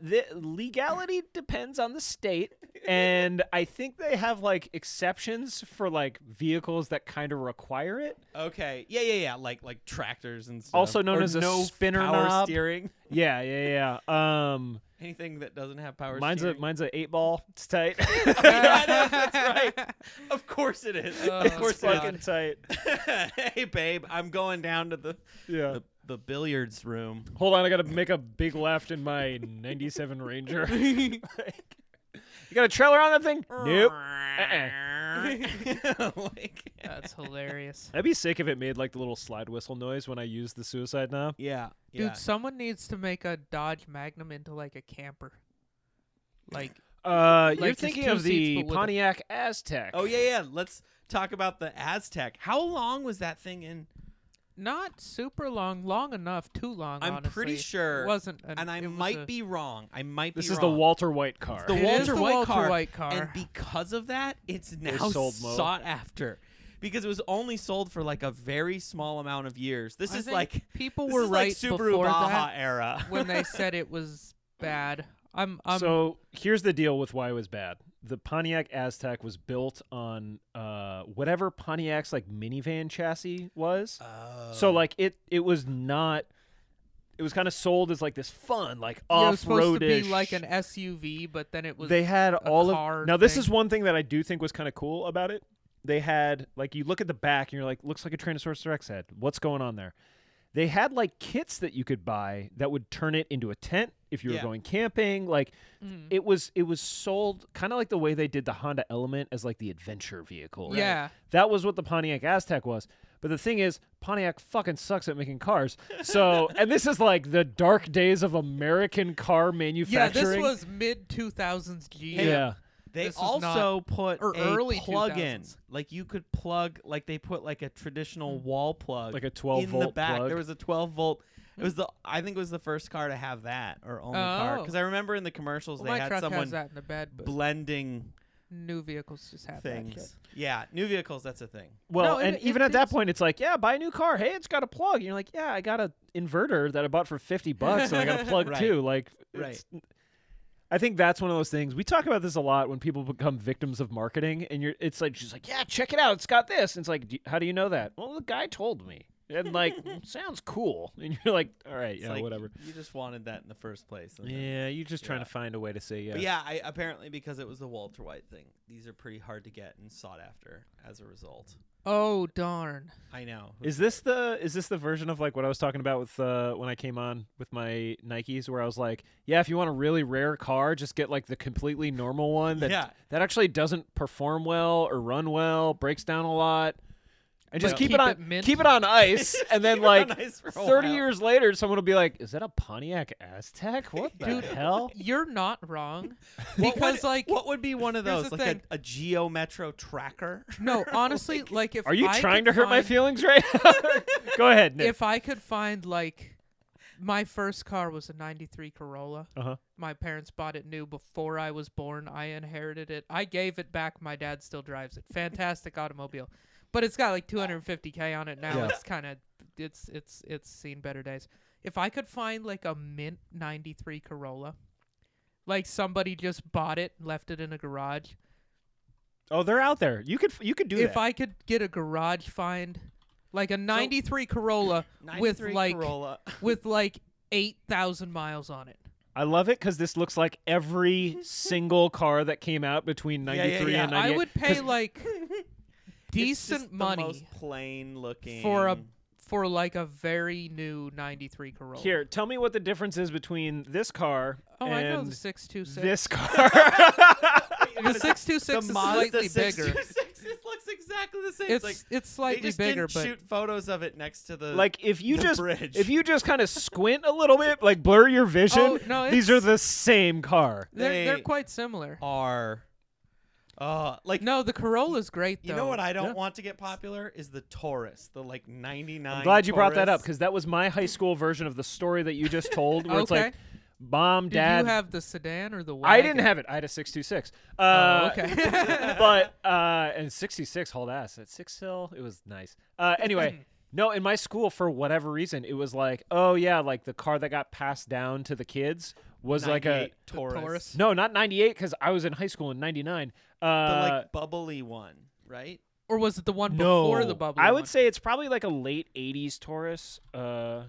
S1: know that.
S3: Uh, the legality depends on the state, and I think they have like exceptions for like vehicles that kind of require it.
S1: Okay. Yeah, yeah, yeah. Like like tractors and stuff.
S3: Also known
S1: Or
S3: as a
S1: no
S3: spinner
S1: power
S3: knob.
S1: steering.
S3: Yeah, yeah, yeah. Um,
S1: Anything that doesn't have power
S3: mine's a
S1: steering.
S3: mine's a eight ball. It's tight.
S1: Oh, yeah, I know, that's right. Of course it is.
S2: Oh,
S1: of
S3: it's
S1: course it
S3: fucking
S1: is.
S2: God.
S3: tight.
S1: hey babe, I'm going down to the
S3: Yeah.
S1: the, the billiards room.
S3: Hold on, I gotta make a big left in my '97 Ranger. you got a trailer on that thing? Nope. Uh-uh.
S1: like,
S3: Uh,
S2: That's hilarious.
S3: I'd be sick if it made like the little slide whistle noise when I used the suicide knob.
S1: yeah.
S2: Dude,
S1: Yeah.
S2: someone needs to make a Dodge Magnum into like a camper. Like
S3: Uh,
S2: Like,
S3: you're
S2: just
S3: thinking
S2: two
S3: of
S2: seats,
S3: the
S2: but with a-
S3: Pontiac Aztec.
S1: oh yeah, yeah. Let's talk about the Aztec. How long was that thing in?
S2: not super long, long enough, too long.
S1: I'm
S2: honestly.
S1: pretty sure
S2: it wasn't. An,
S1: and I
S2: it was
S1: might
S2: a-
S1: be wrong. I might be
S3: This is the
S1: wrong.
S3: Walter White car.
S1: the
S2: It is
S1: Walter
S2: the
S1: White
S2: Walter
S1: car,
S2: White car.
S1: and because of that, it's now
S3: sold Mo.
S1: sought after because it was only sold for like a very small amount of years. This
S2: I
S1: is
S2: think
S1: like
S2: people
S1: this
S2: were
S1: is
S2: right
S1: like Subaru
S2: before
S1: Baja
S2: that
S1: era.
S2: when they said it was bad. I'm. I'm
S3: so here's the deal with why it was bad. The Pontiac Aztec was built on uh, whatever Pontiac's like minivan chassis was.
S2: Um,
S3: So like it it was not. It was kind of sold as like this fun, like
S2: yeah, it
S3: off
S2: was supposed to be
S3: roadish.
S2: like an SUV, but then it was.
S3: they had all
S2: car
S3: of now this
S2: thing.
S3: is one thing that i do think was kind of cool about it they had like you look at the back and you're like looks like a tyrannosaurus rex head what's going on there they had like kits that you could buy that would turn it into a tent if you were
S1: Yeah.
S3: going camping like
S2: Mhm.
S3: it was it was sold kind of like the way they did the honda element as like the adventure vehicle
S2: Yeah.
S3: that was what the Pontiac Aztec was. But the thing is, Pontiac fucking sucks at making cars. So, and this is like the dark days of American car
S2: Yeah,
S3: manufacturing.
S2: this was mid 2000s G.
S3: yeah.
S1: they
S2: this is
S1: also
S2: not-
S1: put
S2: or
S1: a
S2: early
S1: plug-in,
S2: 2000s.
S1: like you could plug, like they put like a
S2: Hmm.
S1: traditional wall plug,
S3: like a 12
S1: in
S3: volt
S1: the back.
S3: plug.
S1: There was a 12 volt. It was the I think it was the first car to have that or only car
S2: Hmm. Oh.
S1: because I remember in the commercials
S2: Well,
S1: they
S2: my
S1: had
S2: truck
S1: someone
S2: has that in the bed, but
S1: blending
S2: new vehicles just have that. shit.
S1: things. Yeah, new vehicles. That's a thing.
S3: well,
S2: No, it-
S3: and
S2: it
S3: even at that
S2: did-
S3: point, it's like, yeah, buy a new car. Hey, it's got a plug. And you're like, yeah, I got a inverter that I bought for 50 bucks and I got a plug
S1: Right.
S3: too. Like,
S1: Right.
S3: it's- I think that's one of those things. We talk about this a lot when people become victims of marketing and you're, it's like, she's like, yeah, check it out. It's got this. And it's like, "Do- how do you know that? Well, the guy told me. And like, sounds cool. And you're like, all right,
S1: It's
S3: yeah,
S1: like,
S3: whatever.
S1: You just wanted that in the first place. and then-
S3: Yeah, you're just trying
S1: Yeah.
S3: to find a way to say yes.
S1: But yeah, I, apparently because it was the Walter White thing, these are pretty hard to get and sought after as a result.
S2: Oh darn!
S1: I know.
S3: Is this the is this the version of like what I was talking about with uh, when I came on with my Nikes, where I was like, yeah, if you want a really rare car, just get like the completely normal one that
S1: Yeah.
S3: that actually doesn't perform well or run well, breaks down a lot, and just
S2: But
S3: keep,
S2: keep
S3: it on
S2: it mint.
S3: keep it on ice, and then like thirty
S1: years.
S3: years later, someone will be like, is that a Pontiac Aztec? What the
S1: Dude,
S3: hell?
S2: You're not wrong,
S1: What would-
S2: because like
S1: what would be one of
S2: here's
S1: those
S2: the
S1: like a,
S2: thing.
S1: a Geo Metro tracker?
S2: no, honestly, like, if
S3: Are you
S2: I
S3: trying to
S2: could
S3: hurt my
S2: find-
S3: feelings right now? Go ahead, Nick.
S2: If I could find like my first car was a '93 Corolla.
S3: Uh-huh.
S2: My parents bought it new before I was born. I inherited it. I gave it back. My dad still drives it. Fantastic automobile. But it's got like 250k on it now.
S1: Yeah.
S2: It's kind of it's it's it's seen better days. If I could find like a mint 93 Corolla, like somebody just bought it, and left it in a garage.
S4: Oh, they're out there. You could you could do
S2: if
S4: that.
S2: I could get a garage find, like a 93 Corolla with
S1: 93
S2: like
S1: Corolla.
S2: with like 8,000 miles on it.
S3: I love it because this looks like every single car that came out between
S1: Yeah, yeah,
S3: 93 and
S1: yeah.
S3: 98.
S2: I would pay
S3: 'cause
S2: like
S1: It's just
S2: decent
S1: the
S2: money
S1: most plain looking
S2: for a for like a very new 93 Corolla.
S3: Here, tell me what the difference is between this car
S2: Oh, I know
S3: and
S2: the 626.
S3: this car.
S2: the 626
S1: the Mazda
S2: is slightly bigger.
S1: 626 It looks exactly the same. It's,
S2: It's
S1: like
S2: it's
S1: they
S2: slightly
S1: just
S2: bigger,
S1: didn't
S2: but
S1: shoot photos of it next to the
S3: like if you
S1: The
S3: just
S1: bridge.
S3: if you just kind of squint a little bit, like blur your vision,
S2: Oh, no,
S3: these are
S2: it's-
S3: the same car.
S2: they're they're
S1: they-
S2: quite similar.
S1: R. Uh, like
S2: No, the Corolla's great though.
S1: you know what I don't
S2: Yeah.
S1: want to get popular is the Taurus, the like 99.
S3: I'm glad you brought that up
S1: Taurus.
S3: because that was my high school version of the story that you just told, where it's like
S2: Okay.
S3: mom,
S2: Did
S3: dad.
S2: you have the sedan or the wagon?
S3: I didn't have it. I had a 626. Uh,
S2: Oh, okay.
S3: but uh, and 66 hauled ass at six hill. It was nice. Uh, anyway, no, in my school for whatever reason, it was like, oh yeah, like the car that got passed down to the kids was like a
S1: 98 Taurus.
S2: Taurus.
S3: no, not 98 because I was in high school in 99.
S1: The
S3: Uh,
S1: like bubbly one, right?
S2: Or was it the one
S3: no,
S2: before the bubble?
S3: I would say it's probably like a late 80s Taurus. Uh,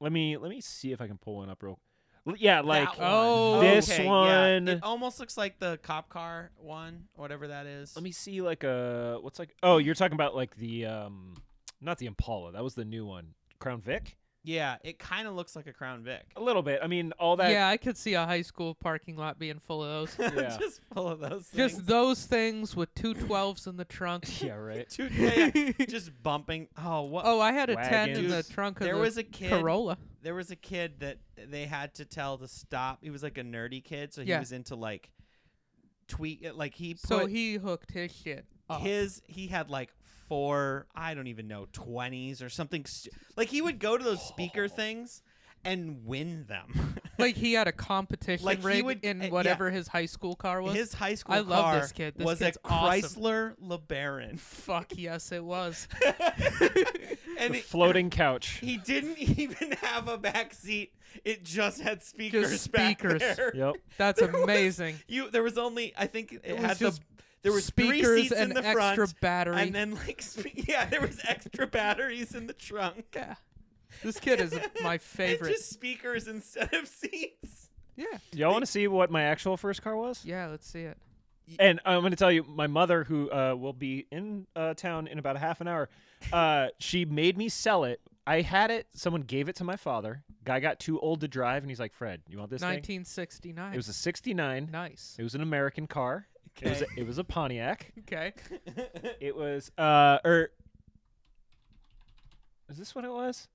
S3: let me let me see if I can pull one up real. L- Yeah, like
S1: That one.
S2: Oh.
S3: this
S1: Okay,
S3: one.
S1: Yeah. It almost looks like the cop car one, whatever that is.
S3: Let me see like a what's like oh you're talking about like the um not the Impala that was the new one Crown Vic
S1: Yeah, it kind of looks like a Crown Vic.
S2: Oh,
S3: a little bit I mean all that
S2: Yeah, I could see a high school parking lot being full of those.
S3: Yeah.
S1: Just full of those things.
S2: Just those things with two 12s in the trunk.
S3: yeah right
S1: Dude, yeah, yeah. just bumping. Oh, what?
S2: Oh, I had a 10 in the
S1: Wagons.
S2: trunk of
S1: there
S2: the
S1: was a kid.
S2: Corolla.
S1: There was a kid that they had to tell to stop. He was like a nerdy kid, so he
S2: Yeah.
S1: was into like tweet. Like he put
S2: So he hooked his shit. Up.
S1: his. He had like four. I don't even know twenties or something. St- like he would go to those
S2: Oh.
S1: speaker things and win them.
S2: like he had a competition
S1: Like, he
S2: rig
S1: would- uh, yeah.
S2: in whatever his high school car was.
S1: His high school
S2: I love
S1: car
S2: this kid. This
S1: was
S2: kid's
S1: a
S2: awesome.
S1: Chrysler LeBaron,
S2: Fuck yes, it was.
S1: and
S3: the
S1: it-
S3: floating couch
S1: He didn't even have a back seat. It just had speakers,
S2: speakers.
S1: back there.
S3: yep
S2: That's
S1: There was-
S2: amazing.
S1: You there was only I think it,
S2: It was
S1: had the
S2: just
S1: there was
S2: Speakers
S1: three seats
S2: and
S1: in the front
S2: extra battery.
S1: and then like sp- yeah there was extra batteries in the trunk.
S2: yeah. This kid is my favorite.
S1: And just speakers instead of seats.
S2: yeah.
S3: y'all want to see what my actual first car was
S2: Yeah, let's see it.
S3: and I'm gonna tell you my mother who uh, will be in uh, town in about a half an hour uh, she made me sell it I had it someone gave it to my father guy got too old to drive and he's like Fred you want this thing
S2: 1969.
S3: it was a 69
S2: nice.
S3: it was an American car it was a, it was a Pontiac.
S2: Okay.
S3: It was uh or is this what it was?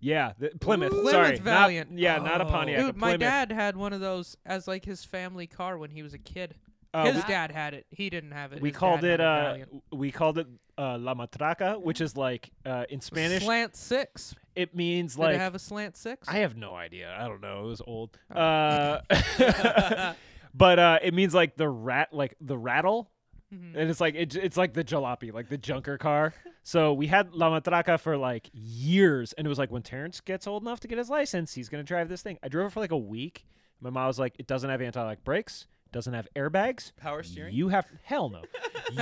S3: Yeah, the, Plymouth.
S2: Plymouth
S3: sorry, not-
S2: Valiant.
S3: yeah, not a
S1: Oh.
S3: Pontiac. a
S2: Dude, my
S3: Plymouth.
S2: dad had one of those as like his family car when he was a kid.
S3: Uh,
S2: his
S3: we-
S2: dad had it. He didn't have it.
S3: we
S2: His
S3: called
S2: dad had
S3: it
S2: a
S3: uh,
S2: Valiant.
S3: we called it uh, La Matraca, which is like uh, in Spanish.
S2: slant six.
S3: It means
S2: Did
S3: like
S2: it have a slant six?
S3: I have no idea. I don't know. It was old. Uh, but uh, it means like the rat, like the rattle, and it's like it, it's like the jalopy, like the junker car. so we had La Matraca for like years, and it was like when Terrence gets old enough to get his license, he's gonna drive this thing. I drove it for like a week. My mom was like, "It doesn't have anti-lock brakes, doesn't have airbags,
S1: Power steering?
S3: You have hell no.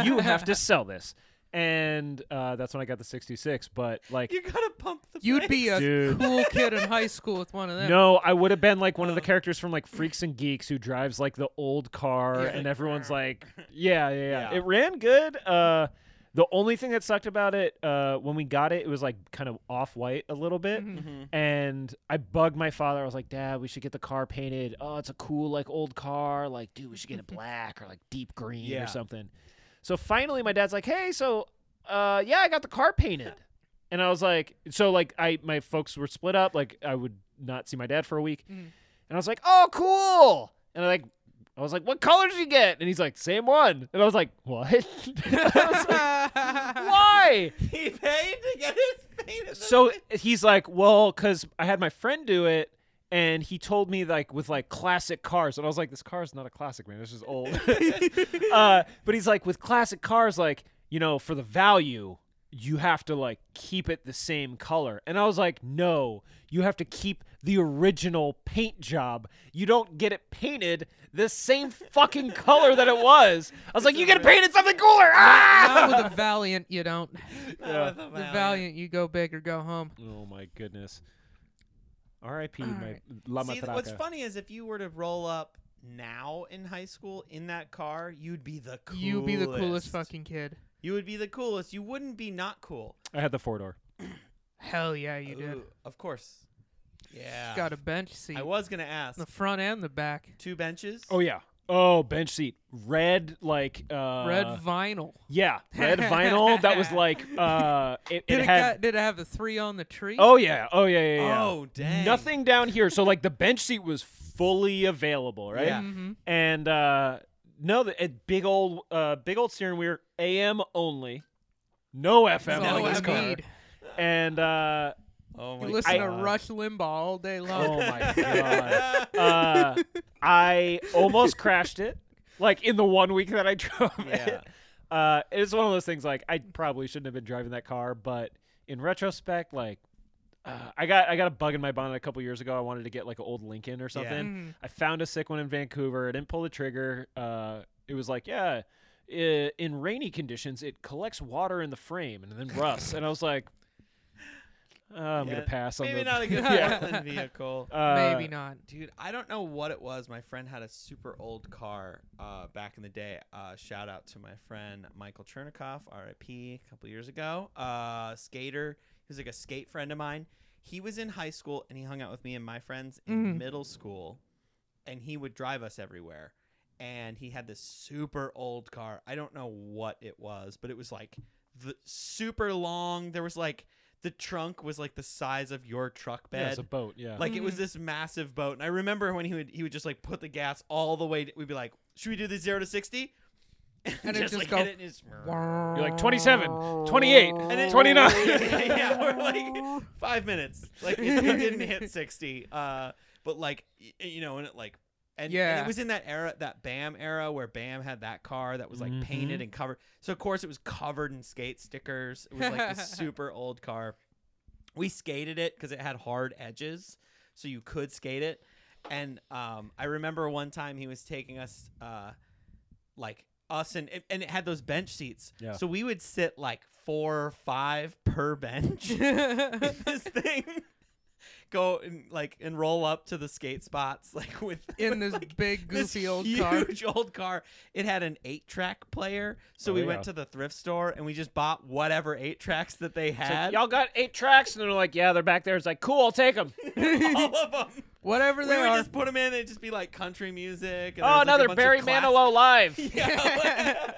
S3: you have to sell this." And uh, that's when I got the 66. But like,
S1: You gotta pump the.
S2: You'd be a
S3: Dude.
S2: cool kid in high school with one of them.
S3: No, I would have been like one of the characters from like Freaks and Geeks who drives like the old car
S1: Yeah.
S3: and everyone's like, yeah, yeah, yeah,
S1: Yeah.
S3: It ran good. Uh the only thing that sucked about it uh when we got it, it was like kind of off-white a little bit.
S2: uh,
S3: And I bugged my father. I was like, "Dad, we should get the car painted. Oh, it's a cool like old car. Like, dude, we should get it black or like deep green
S1: Yeah.
S3: or something." So finally, my dad's like, "Hey, so, uh, yeah, I got the car painted," and I was like, "So like, I my folks were split up. Like, I would not see my dad for a week,
S2: Mhm.
S3: and I was like, "Oh, cool," and I like. I was like, "What color did you get?" And he's like, "Same one." And I was like, "What? I was like, Why?"
S1: He paid to get his paint. in the
S3: So he's like, "Well, because I had my friend do it, and he told me like with like classic cars." And I was like, "This car's not a classic, man. This is old." uh, but he's like, "With classic cars, like you know, for the value, you have to like keep it the same color. And I was like, no, you have to keep the original paint job. You don't get it painted the same fucking color that it was. I was like, you get it painted something cooler.
S2: Not
S3: Ah!
S2: with a Valiant, you don't.
S3: Yeah.
S1: the
S2: The Valiant, you go big or go home.
S3: Oh my goodness. R.I.P.
S2: All
S3: my
S2: right.
S3: La
S1: See, th- what's
S3: Matraca.
S1: funny is if you were to roll up now in high school in that car, you'd be the coolest.
S2: You be the coolest fucking kid.
S1: You would be the coolest. You wouldn't be not cool.
S3: I had the four door.
S2: Hell yeah, you did.
S1: Ooh, of course. Yeah.
S2: Got a bench seat,
S1: I was gonna ask.
S2: the front and the back.
S1: Two benches.
S3: Oh yeah. Oh, bench seat. Red like uh
S2: Red vinyl.
S3: Yeah, red vinyl that was like uh it,
S2: Did
S3: it
S2: it,
S3: had
S2: got, did it have the three on the tree?
S3: Oh yeah. Oh yeah, yeah, yeah.
S1: Oh dang.
S3: Nothing down here. So like the bench seat was fully available, right?
S1: Yeah.
S2: Mm-hmm.
S3: And uh no, the a big old uh big old steering wheel AM only. No FM
S1: all
S3: on
S1: you
S3: this car.
S1: need.
S3: And uh
S1: Oh my
S2: You listen to
S3: God.
S2: Rush Limbaugh all day long.
S3: Oh my God. uh I almost crashed it like in the one week that I drove
S1: Yeah.
S3: it. Uh, it's one of those things like I probably shouldn't have been driving that car, but in retrospect, like uh, I got I got a bug in my bonnet a couple years ago. I wanted to get like an old Lincoln or something.
S1: Mm.
S2: Mhm.
S3: I found a sick one in Vancouver. I didn't pull the trigger. Uh, it was like yeah. i in rainy conditions, it collects water in the frame and then rusts. and I was like, uh, I'm
S1: Yeah,
S3: gonna pass on
S1: Maybe
S3: the
S1: not a good
S2: Yeah.
S1: Portland vehicle.
S3: uh,
S2: Maybe not.
S1: Dude, I don't know what it was. My friend had a super old car uh, back in the day. Uh, shout out to my friend Michael Chernikoff, RIP, a couple years ago. Uh, skater. He was like a skate friend of mine. He was in high school and he hung out with me and my friends in
S3: Mm-hmm.
S2: Mhm.
S1: middle school, and he would drive us everywhere. And he had this super old car. I don't know what it was, but it was like the super long. There was like the trunk was like the size of your truck bed.
S3: Yeah, it's a boat. Yeah.
S1: Like it was
S2: Mhm.
S1: this massive boat, and I remember when he would he would just like put the gas all the way. We'd be like, "Should we do the zero to 60?
S2: And it just
S1: like
S2: go-
S1: hit it and it's-
S2: You're
S3: like, 27, 28,
S1: And it-
S3: 29.
S1: yeah, we're like five minutes. Like it, it didn't hit sixty. Uh, but like y- you know, and it like and, and
S2: Yeah.
S1: it was in that era, that Bam era, where Bam had that car that was like painted and covered. So of course it was covered in skate stickers. It was like this super old car. We skated it because it had hard edges, so you could skate it. And um, I remember one time he was taking us, uh, like us and and it had those bench seats.
S3: Yeah.
S1: So we would sit like four or five per bench in this thing. Go and like and roll up to the skate spots like with
S2: in
S1: with,
S2: this
S1: like,
S2: big
S1: this
S2: goofy old
S1: huge
S2: car.
S1: old car. It had an eight track player, so
S3: Oh,
S1: we
S3: yeah.
S1: went to the thrift store and we just bought whatever eight tracks that they
S3: It's like,
S1: had.
S3: y'all got eight tracks, and they're like, "Yeah, they're back there." It's like, "Cool, I'll take them."
S1: all of them.
S2: Whatever
S1: We
S2: they
S1: would
S2: are.
S1: just put them in and just be like country music. And there
S3: Oh,
S1: was, like, a
S3: another
S1: bunch of
S3: Barry
S1: class-
S3: Manilow live.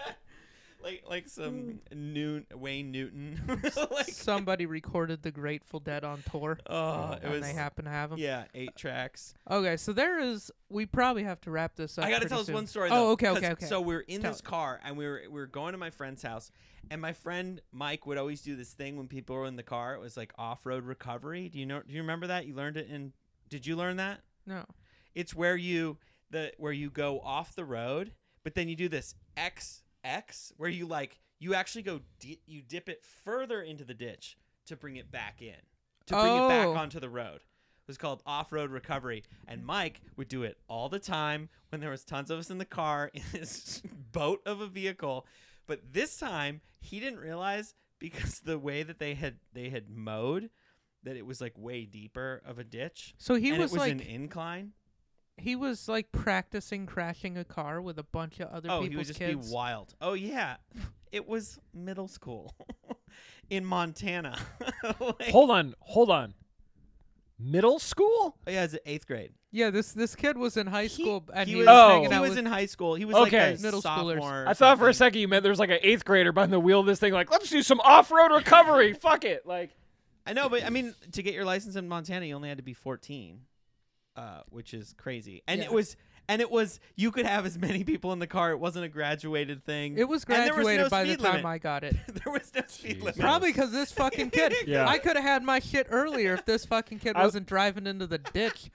S1: Yeah. like like some Noon Wayne Newton. like
S2: Somebody recorded the Grateful Dead on tour.
S1: oh, it
S2: when
S1: was
S2: they happen to have them.
S1: yeah eight tracks.
S2: Okay, so there is. We probably have to wrap this up.
S1: I got to
S2: pretty
S1: tell this
S2: soon.
S1: one story.
S2: Oh,
S1: though,
S2: okay,
S1: 'cause-
S2: okay, okay.
S1: So we we're in
S2: Tell
S1: this
S2: it.
S1: car, and we were we were going to my friend's house, and my friend Mike would always do this thing when people were in the car. It was like off road recovery. Do you know? Do you remember that? You learned it in? Did you learn that?
S2: no.
S1: It's where you the where you go off the road, but then you do this X X where you like you actually go di- you dip it further into the ditch to bring it back in to bring it back
S2: Oh.
S1: onto the road. It was called off road recovery, and Mike would do it all the time when there was tons of us in the car in his boat of a vehicle. But this time he didn't realize because the way that they had they had mowed that it was like way deeper of a ditch.
S2: So he
S1: and
S2: was,
S1: it was
S2: like
S1: an incline.
S2: he was like practicing crashing a car with a bunch of other
S1: oh,
S2: people's
S1: he would just
S2: kids.
S1: be wild. Oh yeah, it was middle school in Montana. Oh, like,
S3: Hold on, hold on. Middle school?
S1: oh, yeah, it's eighth grade.
S2: yeah, this this kid was in high school and
S1: he
S2: he,
S1: was,
S2: was
S3: Oh.
S2: hanging
S1: he
S2: out
S1: was
S2: with
S1: in high school. He was
S3: Okay.
S1: like a
S2: Middle schoolers.
S1: sophomore. or
S3: I thought for a
S1: something.
S3: second you meant there was like an eighth grader behind the wheel of this thing, like, let's do some off road recovery. Fuck it. Like,
S1: I know, but I mean, to get your license in Montana, you only had to be fourteen, uh, which is crazy. And
S2: Yeah.
S1: it was. And it was you could have as many people in the car. It wasn't a graduated thing.
S2: It was
S1: And there no
S2: graduated by the
S1: speed
S2: time
S1: limit.
S2: I got it.
S1: there was no speed
S3: Jeez.
S1: limit.
S2: Probably because this fucking kid.
S3: Yeah.
S2: I could have had my shit earlier if this fucking kid
S3: I-
S2: wasn't driving into the ditch.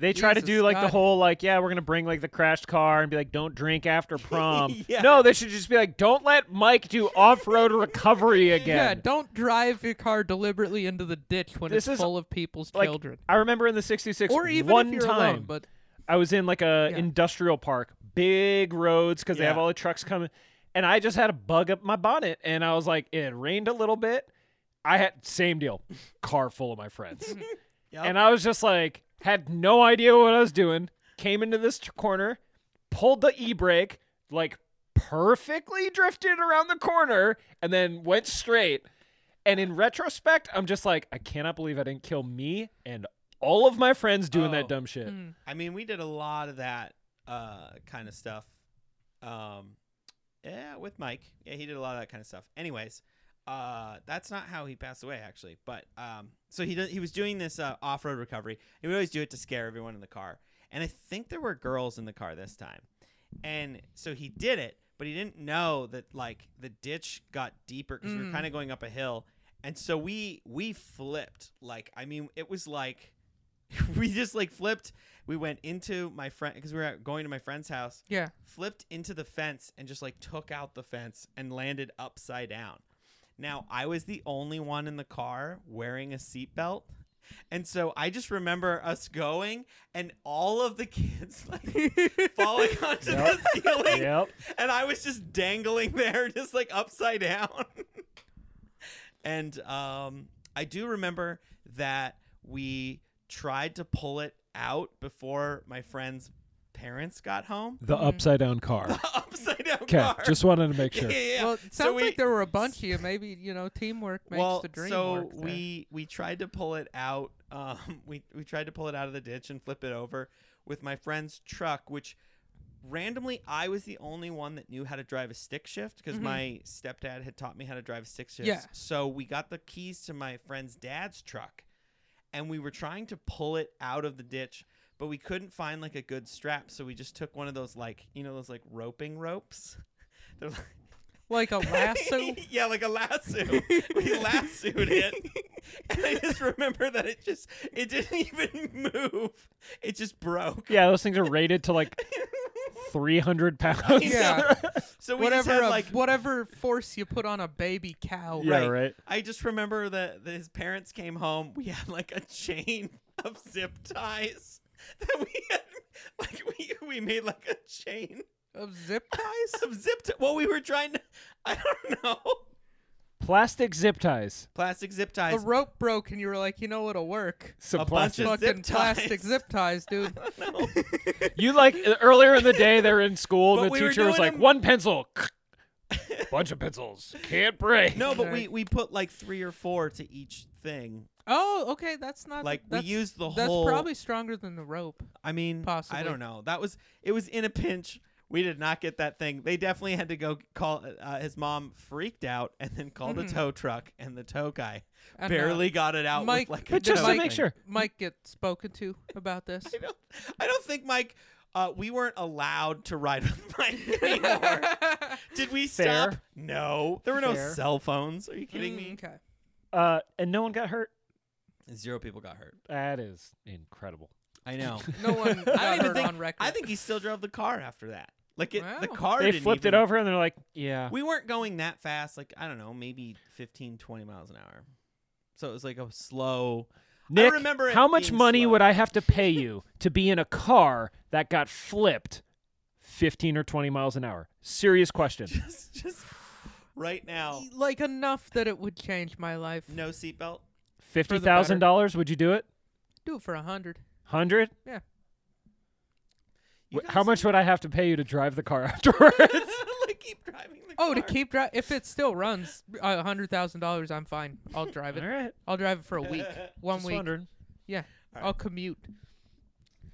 S3: they try to
S2: Jesus,
S3: do like the
S2: God.
S3: whole like yeah we're gonna bring like the crashed car and be like don't drink after prom.
S1: Yeah.
S3: No, they should just be like don't let Mike do off road recovery again.
S2: Yeah, don't drive your car deliberately into the ditch when
S3: This
S2: it's
S3: is,
S2: full of people's
S3: like
S2: children.
S3: I remember in the '66
S2: Or even
S3: one
S2: if you're
S3: time.
S2: alone, but
S3: I was in like a
S2: Yeah.
S3: industrial park, big roads because they have
S1: Yeah.
S3: all the trucks coming, and I just had a bug up my bonnet, and I was like, it had rained a little bit. I had same deal, car full of my friends,
S1: Yep.
S3: and I was just like, had no idea what I was doing. Came into this t- corner, pulled the e brake, like perfectly drifted around the corner, and then went straight. And in retrospect, I'm just like, I cannot believe I didn't kill me and all of my friends doing
S1: Oh.
S3: that dumb shit.
S2: mm,
S1: I mean, we did a lot of that uh, kind of stuff. Um, yeah, with Mike. Yeah, he did a lot of that kind of stuff. Anyways, uh, that's not how he passed away, actually. But um, so he did, he was doing this uh, off road recovery, and we always do it to scare everyone in the car. And I think there were girls in the car this time, and so he did it, but he didn't know that like the ditch got deeper because we were
S2: Mm.
S1: kind of going up a hill, and so we we flipped. Like I mean, it was like we just like flipped. We went into my friend because we were at- going to my friend's house,
S2: yeah.
S1: flipped into the fence and just like took out the fence and landed upside down. Now, I was the only one in the car wearing a seatbelt. And so I just remember us going and all of the kids like falling onto the ceiling.
S3: Yep.
S1: And I was just dangling there, just like upside down. and um, I do remember that we tried to pull it out before my friend's parents got home.
S5: The upside down car.
S1: upside down
S5: Okay,
S1: car.
S5: just wanted to make
S1: yeah,
S5: sure.
S1: yeah, yeah.
S2: Well, it sounds
S1: So we-
S2: like there were a bunch of you. Maybe you know, teamwork makes
S1: well,
S2: the dream
S1: so
S2: work. there.
S1: we we tried to pull it out. Um, we we tried to pull it out of the ditch and flip it over with my friend's truck, which randomly I was the only one that knew how to drive a stick shift because
S2: Mhm.
S1: my stepdad had taught me how to drive stick shifts.
S2: Yeah.
S1: So we got the keys to my friend's dad's truck, and we were trying to pull it out of the ditch. But we couldn't find like a good strap, so we just took one of those like you know those like roping ropes. They're like,
S2: like a lasso.
S1: yeah, like a lasso. we lassoed it. And I just remember that it just it didn't even move. It just broke.
S3: Yeah, those things are rated to like 300 pounds.
S2: yeah,
S1: So we just
S2: whatever,
S1: had
S2: a-
S1: like
S2: whatever force you put on a baby cow.
S3: Yeah,
S1: Right.
S3: right.
S1: I just remember that, that his parents came home. We had like a chain of zip ties that we had like we we made like a chain
S2: Of zip ties.
S1: of zip t- well we were trying to I don't know.
S3: Plastic zip ties.
S1: Plastic zip
S2: the
S1: ties.
S2: rope broke, and you were like, you know, it'll work.
S3: Some
S1: A bunch
S3: plastic.
S1: of-
S2: Fucking
S1: Zip
S2: plastic
S1: ties.
S2: zip ties, dude.
S1: No.
S3: you like e, earlier in the day they're in school
S1: But
S3: and the
S1: we were
S3: teacher was
S1: doing
S3: like
S1: them-
S3: one pencil. bunch of pencils. Can't break.
S1: No, but we
S2: Right.
S1: we put like 3 or 4 to each thing
S2: Oh, okay, that's not
S1: like we
S2: that's,
S1: used the
S2: That's
S1: whole
S2: probably stronger than the rope.
S1: i mean i
S2: possibly.
S1: don't know that was it was in a pinch we did not get that thing they definitely had to go call uh, his mom freaked out and then called a
S2: Mhm.
S1: tow truck and the tow guy
S2: And, uh,
S1: barely got it out
S2: Mike-
S1: with like a
S3: But just
S1: tow
S3: to make
S1: thing.
S3: sure.
S2: Mike get spoken to about this.
S1: I don't, I don't think mike uh, we weren't allowed to ride with mike anymore did we stop
S3: Fair.
S1: no there were no
S3: Fair.
S1: cell phones are you kidding
S2: Mm,
S1: me
S2: Okay.
S3: Uh, and no one got hurt.
S1: zero people got hurt
S3: That is incredible.
S1: i know
S2: No one
S1: I don't
S2: got
S1: even
S2: her
S1: think-
S2: on record.
S1: i think he still drove the car after that like it, the
S2: Wow.
S1: car
S3: they
S1: didn't
S3: flipped
S1: even,
S3: it over and they're like, yeah.
S1: we weren't going that fast like i don't know maybe 15 20 miles an hour so it was like a slow
S3: Nick,
S1: remember it
S3: how much
S1: being
S3: money
S1: slow.
S3: would I have to pay you to be in a car that got flipped 15 or 20 miles an hour? Serious question.
S1: just just right now
S2: E, like enough that it would change my life.
S1: no seatbelt
S3: $50,000, would you do it?
S2: Do it for a hundred.
S3: 100?
S1: You
S3: Wh- How
S1: guys
S3: much
S1: need-
S3: would I have to pay you to drive the car afterwards?
S1: like keep driving the
S2: Oh, to
S1: car.
S2: keep driving. If it still runs, a hundred thousand dollars. I'm fine. I'll drive it.
S3: right.
S2: I'll drive it for a week. One
S3: Just
S2: week.
S3: wondering.
S2: Yeah.
S1: All
S2: I'll
S1: right.
S2: commute.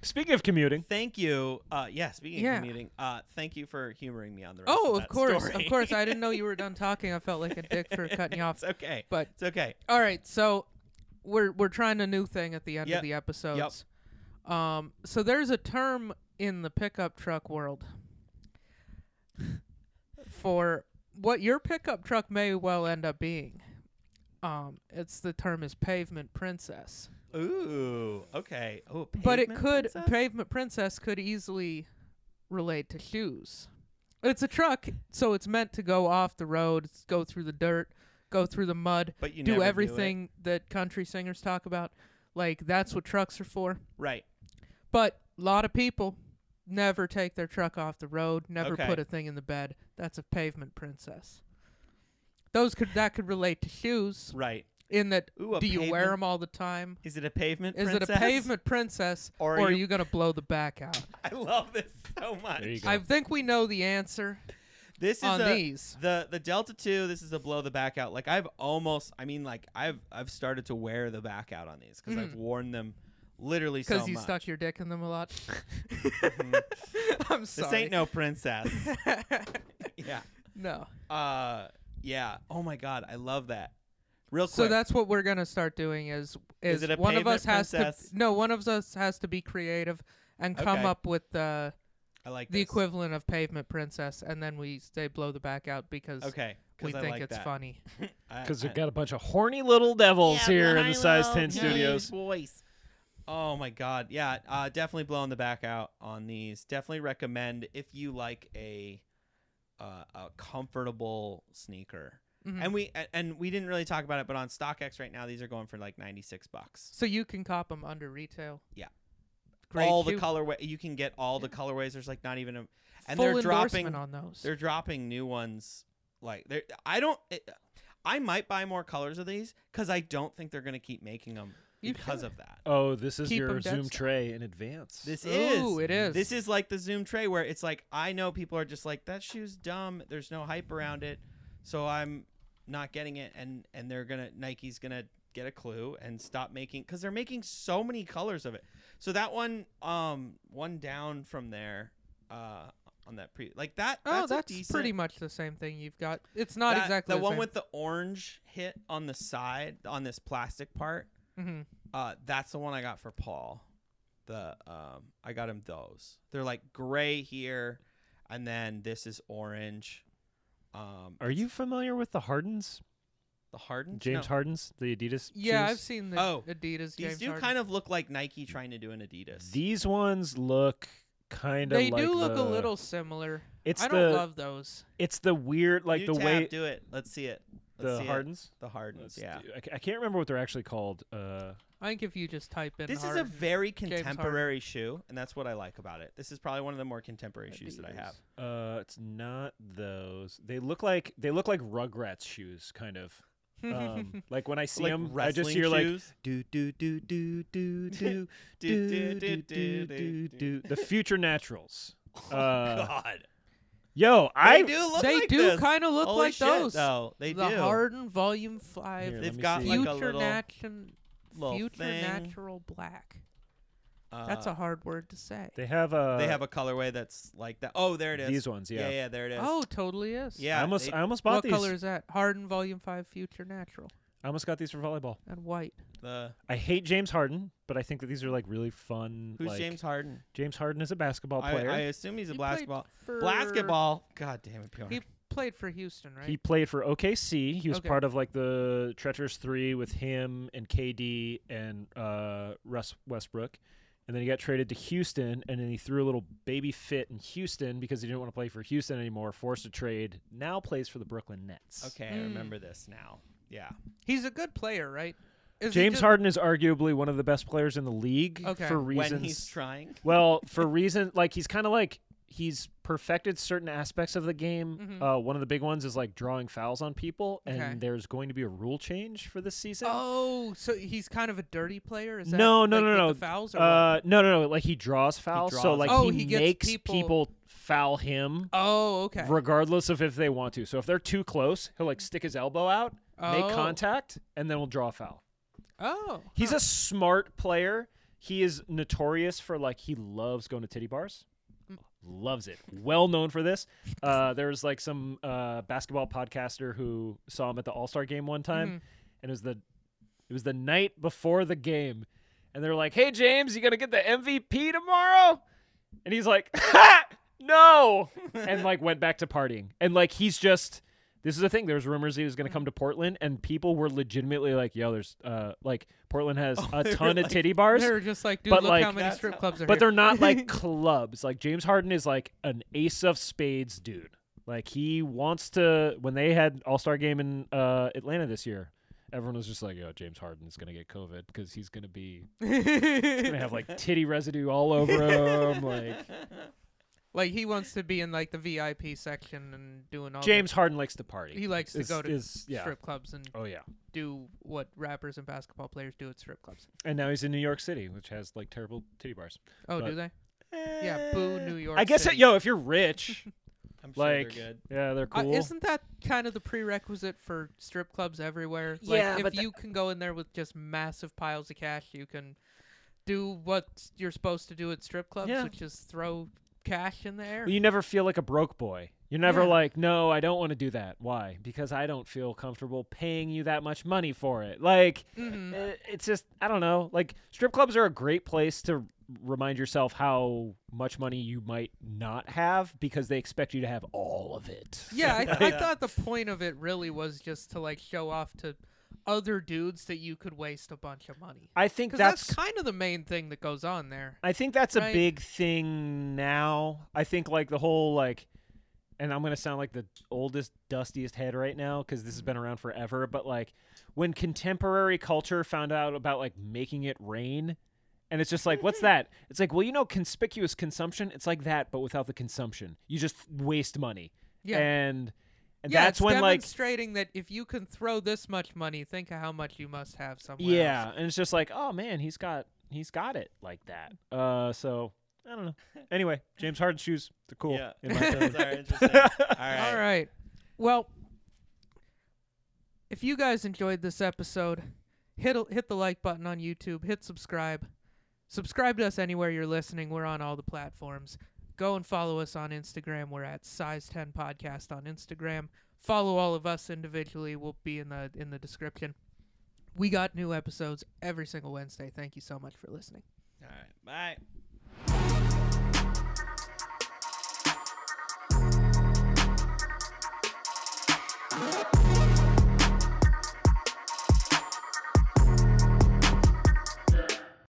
S3: Speaking of commuting,
S1: thank you uh yeah speaking
S2: Yeah.
S1: of commuting uh thank you for humoring me on the rest
S2: Oh,
S1: of,
S2: of
S1: that
S2: course,
S1: story.
S2: of course. I didn't know you were done talking. I felt like a dick for cutting you off.
S1: it's okay
S2: But
S1: it's okay
S2: all right, so we're we're trying a new thing at the end
S1: Yep.
S2: of the episodes. Um, so there's a term in the pickup truck world for what your pickup truck may well end up being. Um, it's the term is pavement princess.
S1: Ooh, okay. Oh, a
S2: but it
S1: pavement
S2: could
S1: princess?
S2: pavement princess could easily relate to shoes. It's a truck, so it's meant to go off the road, s- go through the dirt, go through the mud,
S1: But you never
S2: do
S1: do it.
S2: everything that country singers talk about. Like that's what trucks are for.
S1: right.
S2: But a lot of people never take their truck off the road, never
S1: Okay.
S2: put a thing in the bed. That's a pavement princess. Those could that could relate to shoes
S1: Right.
S2: in that
S1: Ooh, a
S2: do you wear
S1: pavement-
S2: them all the time?
S1: Is it a pavement?
S2: Is
S1: princess?
S2: it a pavement princess
S1: Or
S2: or
S1: are
S2: are, you,
S1: you-
S2: going to blow the back out?
S1: I love this so much.
S3: There you go.
S2: I think we know the answer.
S1: This is
S2: on
S1: a,
S2: these.
S1: the the Delta Two. This is a blow the back out. Like I've almost. I mean, like I've I've started to wear the back out on these because I've worn them literally so
S2: Mm.
S1: much.
S2: Because you stuck your dick in them a lot. Mm-hmm. I'm
S1: this
S2: sorry.
S1: ain't no princess. yeah.
S2: no.
S1: Uh. Yeah. Oh my God. I love that. Real quick.
S2: So that's what we're gonna start doing is is,
S1: Is it a
S2: one of
S1: pavement
S2: us has
S1: princess?
S2: to no one of us has to be creative and come
S1: Okay.
S2: up with the
S1: I like
S2: the
S1: this.
S2: equivalent of pavement princess and then we say blow the back out because
S1: Okay. 'cause
S2: we
S1: I
S2: think
S1: like
S2: it's
S1: that.
S2: funny.
S1: I-
S3: Because
S1: I-
S3: we've got a bunch of horny little devils here in the size 10 studios.
S1: Oh my god, yeah, uh, definitely blowing the back out on these. Definitely recommend if you like a uh, a comfortable sneaker.
S2: Mhm.
S1: And we a- and we didn't really talk about it, but on StockX right now, these are going for like ninety six bucks.
S2: So you can cop them under retail.
S1: Yeah.
S2: Great
S1: all
S2: cue.
S1: the colorway you can get all the colorways. There's like not even a and
S2: Full
S1: they're dropping
S2: endorsement on those.
S1: they're dropping new ones. Like they I don't. It, I might buy more colors of these because I don't think they're going to keep making them
S2: You
S1: because
S2: should.
S1: of that.
S3: Oh, this is
S2: Keep
S3: your
S2: 'em dead
S3: Zoom
S2: stock.
S3: tray in advance.
S1: This
S2: Ooh,
S1: is
S2: it is.
S1: This is like the Zoom tray where it's like I know people are just like that shoe's dumb. There's no hype around it, so I'm not getting it. And and they're gonna Nike's gonna get a clue and stop making because they're making so many colors of it. So that one, um, one down from there, uh, on that pre like that.
S2: Oh,
S1: that's, a
S2: that's,
S1: decent,
S2: pretty much the same thing you've got. It's not
S1: that-
S2: exactly
S1: the
S2: the
S1: one
S2: same.
S1: with the orange hit on the side on this plastic part.
S2: Mhm.
S1: Uh, that's the one I got for Paul. The um, I got him those. They're like gray here, and then this is orange. Um,
S3: Are you familiar with the Hardens?
S1: the Harden?
S3: James
S1: no.
S3: Hardens, the Adidas
S2: Yeah,
S3: shoes?
S2: I've seen the
S1: Oh, These
S2: Adidas. James
S1: do
S2: Harden.
S1: kind of look like Nike trying to do an Adidas.
S3: These ones look kind of
S2: They
S3: like
S2: do look
S3: the-
S2: a little similar.
S3: It's
S2: I don't
S3: the
S2: love those.
S3: it's the weird like
S1: New
S3: the
S1: tab,
S3: way
S1: do it. Let's see it. Let's
S3: the
S1: see it.
S3: Hardens.
S1: The Hardens.
S3: Let's
S1: yeah.
S3: do- I, ca- I can't remember what they're actually called. Uh,
S2: I think if you just type in
S1: This is a
S2: Harden,
S1: very
S2: Harden.
S1: contemporary shoe, and that's what I like about it. This is probably one of the more contemporary shoes that I have.
S3: uh, it's not those. They look like they look like Rugrats shoes, kind of. Um, like when I see
S1: Like
S3: them, I just
S1: wrestling
S3: hear like
S1: shoes?
S3: do do do do do do
S1: Do, do,
S3: do
S1: do,
S3: do
S1: do,
S3: do
S1: do,
S3: do do. The Future Naturals. Uh,
S1: Oh, God,
S3: yo,
S1: they
S3: I
S1: do look
S2: they
S1: like
S2: do
S1: this.
S2: kind of look
S1: Holy
S2: like
S1: shit,
S2: those.
S1: though. They
S2: the
S1: do.
S2: Harden Volume Five
S3: Here, let
S1: They've
S3: me
S1: got
S3: see.
S1: like
S2: Future
S1: a little,
S2: Nation,
S1: little
S2: Future
S1: thing.
S2: Natural Black. That's
S1: uh,
S2: a hard word to say.
S3: They have a.
S1: They have a colorway that's like that. Oh, there it is.
S3: These ones,
S1: yeah,
S3: yeah.
S1: there it is.
S2: oh, totally is.
S1: yeah.
S3: I almost
S1: they-
S3: I almost bought
S2: What
S3: these.
S2: color is that? Harden Volume Five, Future Natural,
S3: I almost got these for volleyball.
S2: and white.
S1: the
S3: I hate James Harden, but I think that these are like really fun.
S1: who's
S3: like-
S1: James Harden?
S3: James Harden is a basketball
S1: I,
S3: player.
S1: I assume he's a
S2: He played
S1: basketball.
S2: for-
S1: Basketball. God damn it, PR.
S2: He played for Houston, right?
S3: He played for OKC. He was
S2: Okay.
S3: part of like the treacherous three with him and KD and uh, Russ Westbrook, and then he got traded to Houston. And then he threw a little baby fit in Houston because he didn't want to play for Houston anymore. Forced a trade. Now plays for the Brooklyn Nets.
S1: okay, I
S2: Mm.
S1: remember this now. Yeah.
S2: He's a good player, right? Is he
S3: James
S2: just-
S3: Harden is arguably one of the best players in the league
S2: Okay.
S3: for
S2: When
S3: reasons
S1: When he's trying.
S3: Well, for reason like he's kind of like he's perfected certain aspects of the game.
S2: Mhm.
S3: Uh, one of the big ones is like drawing fouls on people,
S2: Okay.
S3: and there's going to be a rule change for this season.
S2: Oh, so he's kind of a dirty player? Is that
S3: no, no,
S2: like,
S3: no,
S2: with
S3: no.
S2: The fouls or what?
S3: uh, no, no, no. Like he draws fouls, so
S1: draws
S3: like
S2: them. Oh,
S3: he,
S2: he gets
S3: makes
S2: people-
S3: foul him,
S2: Oh, okay.
S3: regardless of if they want to. So if they're too close, he'll like stick his elbow out, make
S2: Oh.
S3: contact, and then we'll draw a foul.
S2: Oh,
S3: He's
S2: huh.
S3: a smart player. He is notorious for like he loves going to titty bars. Loves it. Well known for this. Uh, there was like some uh, basketball podcaster who saw him at the All Star game one time, and it was the it was the night before the game, and they're like, "Hey James, you gonna get the MVP tomorrow?" And he's like, "No!" and like went back to partying, and like he's just This is the thing. There was rumors he was going to come to Portland, and people were legitimately like, "Yo, there's uh, like Portland has
S1: Oh,
S3: a
S1: they were
S3: ton of
S1: like-
S3: titty bars."
S2: They're just like, dude,
S3: But,
S2: look
S3: like,
S2: how many
S1: that's
S2: strip
S1: how-
S2: clubs are
S3: but
S2: here.
S3: they're not like clubs. Like James Harden is like an ace of spades dude. Like he wants to. When they had All Star Game in uh, Atlanta this year, everyone was just like, "Yo, James Harden is gonna get COVID because he's gonna be he's gonna have like titty residue all over him." Like
S2: like he wants to be in like the VIP section and doing all. the-
S3: James Harden likes to party.
S2: he likes to
S3: Is-
S2: go to
S3: is- yeah.
S2: strip clubs and
S3: Oh yeah.
S2: do what rappers and basketball players do at strip clubs.
S3: And now he's in New York City, which has like terrible titty bars.
S2: Oh,
S3: But-
S2: do they? Yeah, boo, New York.
S3: I guess it,
S2: City.
S3: yo, if you're rich,
S1: I'm sure
S3: like
S1: they're good.
S3: yeah, they're
S2: Uh,
S3: cool.
S2: isn't that kind of the prerequisite for strip clubs everywhere?
S3: Yeah,
S2: like, if
S3: but tha-
S2: you can go in there with just massive piles of cash, you can do what you're supposed to do at strip clubs,
S3: Yeah.
S2: which is throw cash in the air.
S3: Well, you never feel like a broke boy. You're never
S2: Yeah.
S3: like, no, I don't want to do that. Why? Because I don't feel comfortable paying you that much money for it. Like,
S2: Mhm.
S3: i- it's just, I don't know. Like, strip clubs are a great place to remind yourself how much money you might not have because they expect you to have all of it.
S2: Yeah, I, I
S1: Yeah.
S2: thought the point of it really was just to like show off to other dudes that you could waste a bunch of money.
S3: I think
S2: Because
S3: that's,
S2: that's, kind of the main thing that goes on there.
S3: I think that's a
S2: Right.
S3: big thing now. I think like the whole like and I'm going to sound like the oldest dustiest head right now cuz this has been around forever, but like when contemporary culture found out about like making it rain and it's just like what's
S2: Mm-hmm.
S3: that? It's like, well, you know conspicuous consumption, it's like that but without the consumption. You just waste money.
S2: Yeah.
S3: And and
S2: yeah,
S3: that's
S2: it's
S3: when like
S2: demonstrating that if you can throw this much money, think of how much you must have somewhere.
S3: yeah,
S2: else.
S3: and it's just like, oh man, he's got he's got it like that. Uh so I don't know. Anyway, James Harden shoes, they're cool.
S1: Yeah.
S3: in my
S1: Those
S3: opinion.
S1: are interesting. All right.
S2: All right. Well, if you guys enjoyed this episode, hit a- hit the like button on YouTube, hit subscribe. Subscribe to us anywhere you're listening. We're on all the platforms. Go and follow us on Instagram. We're at Size 10 Podcast on Instagram. Follow all of us individually. We'll be in the in the description. We got new episodes every single Wednesday. Thank you so much for listening.
S1: All right. Bye.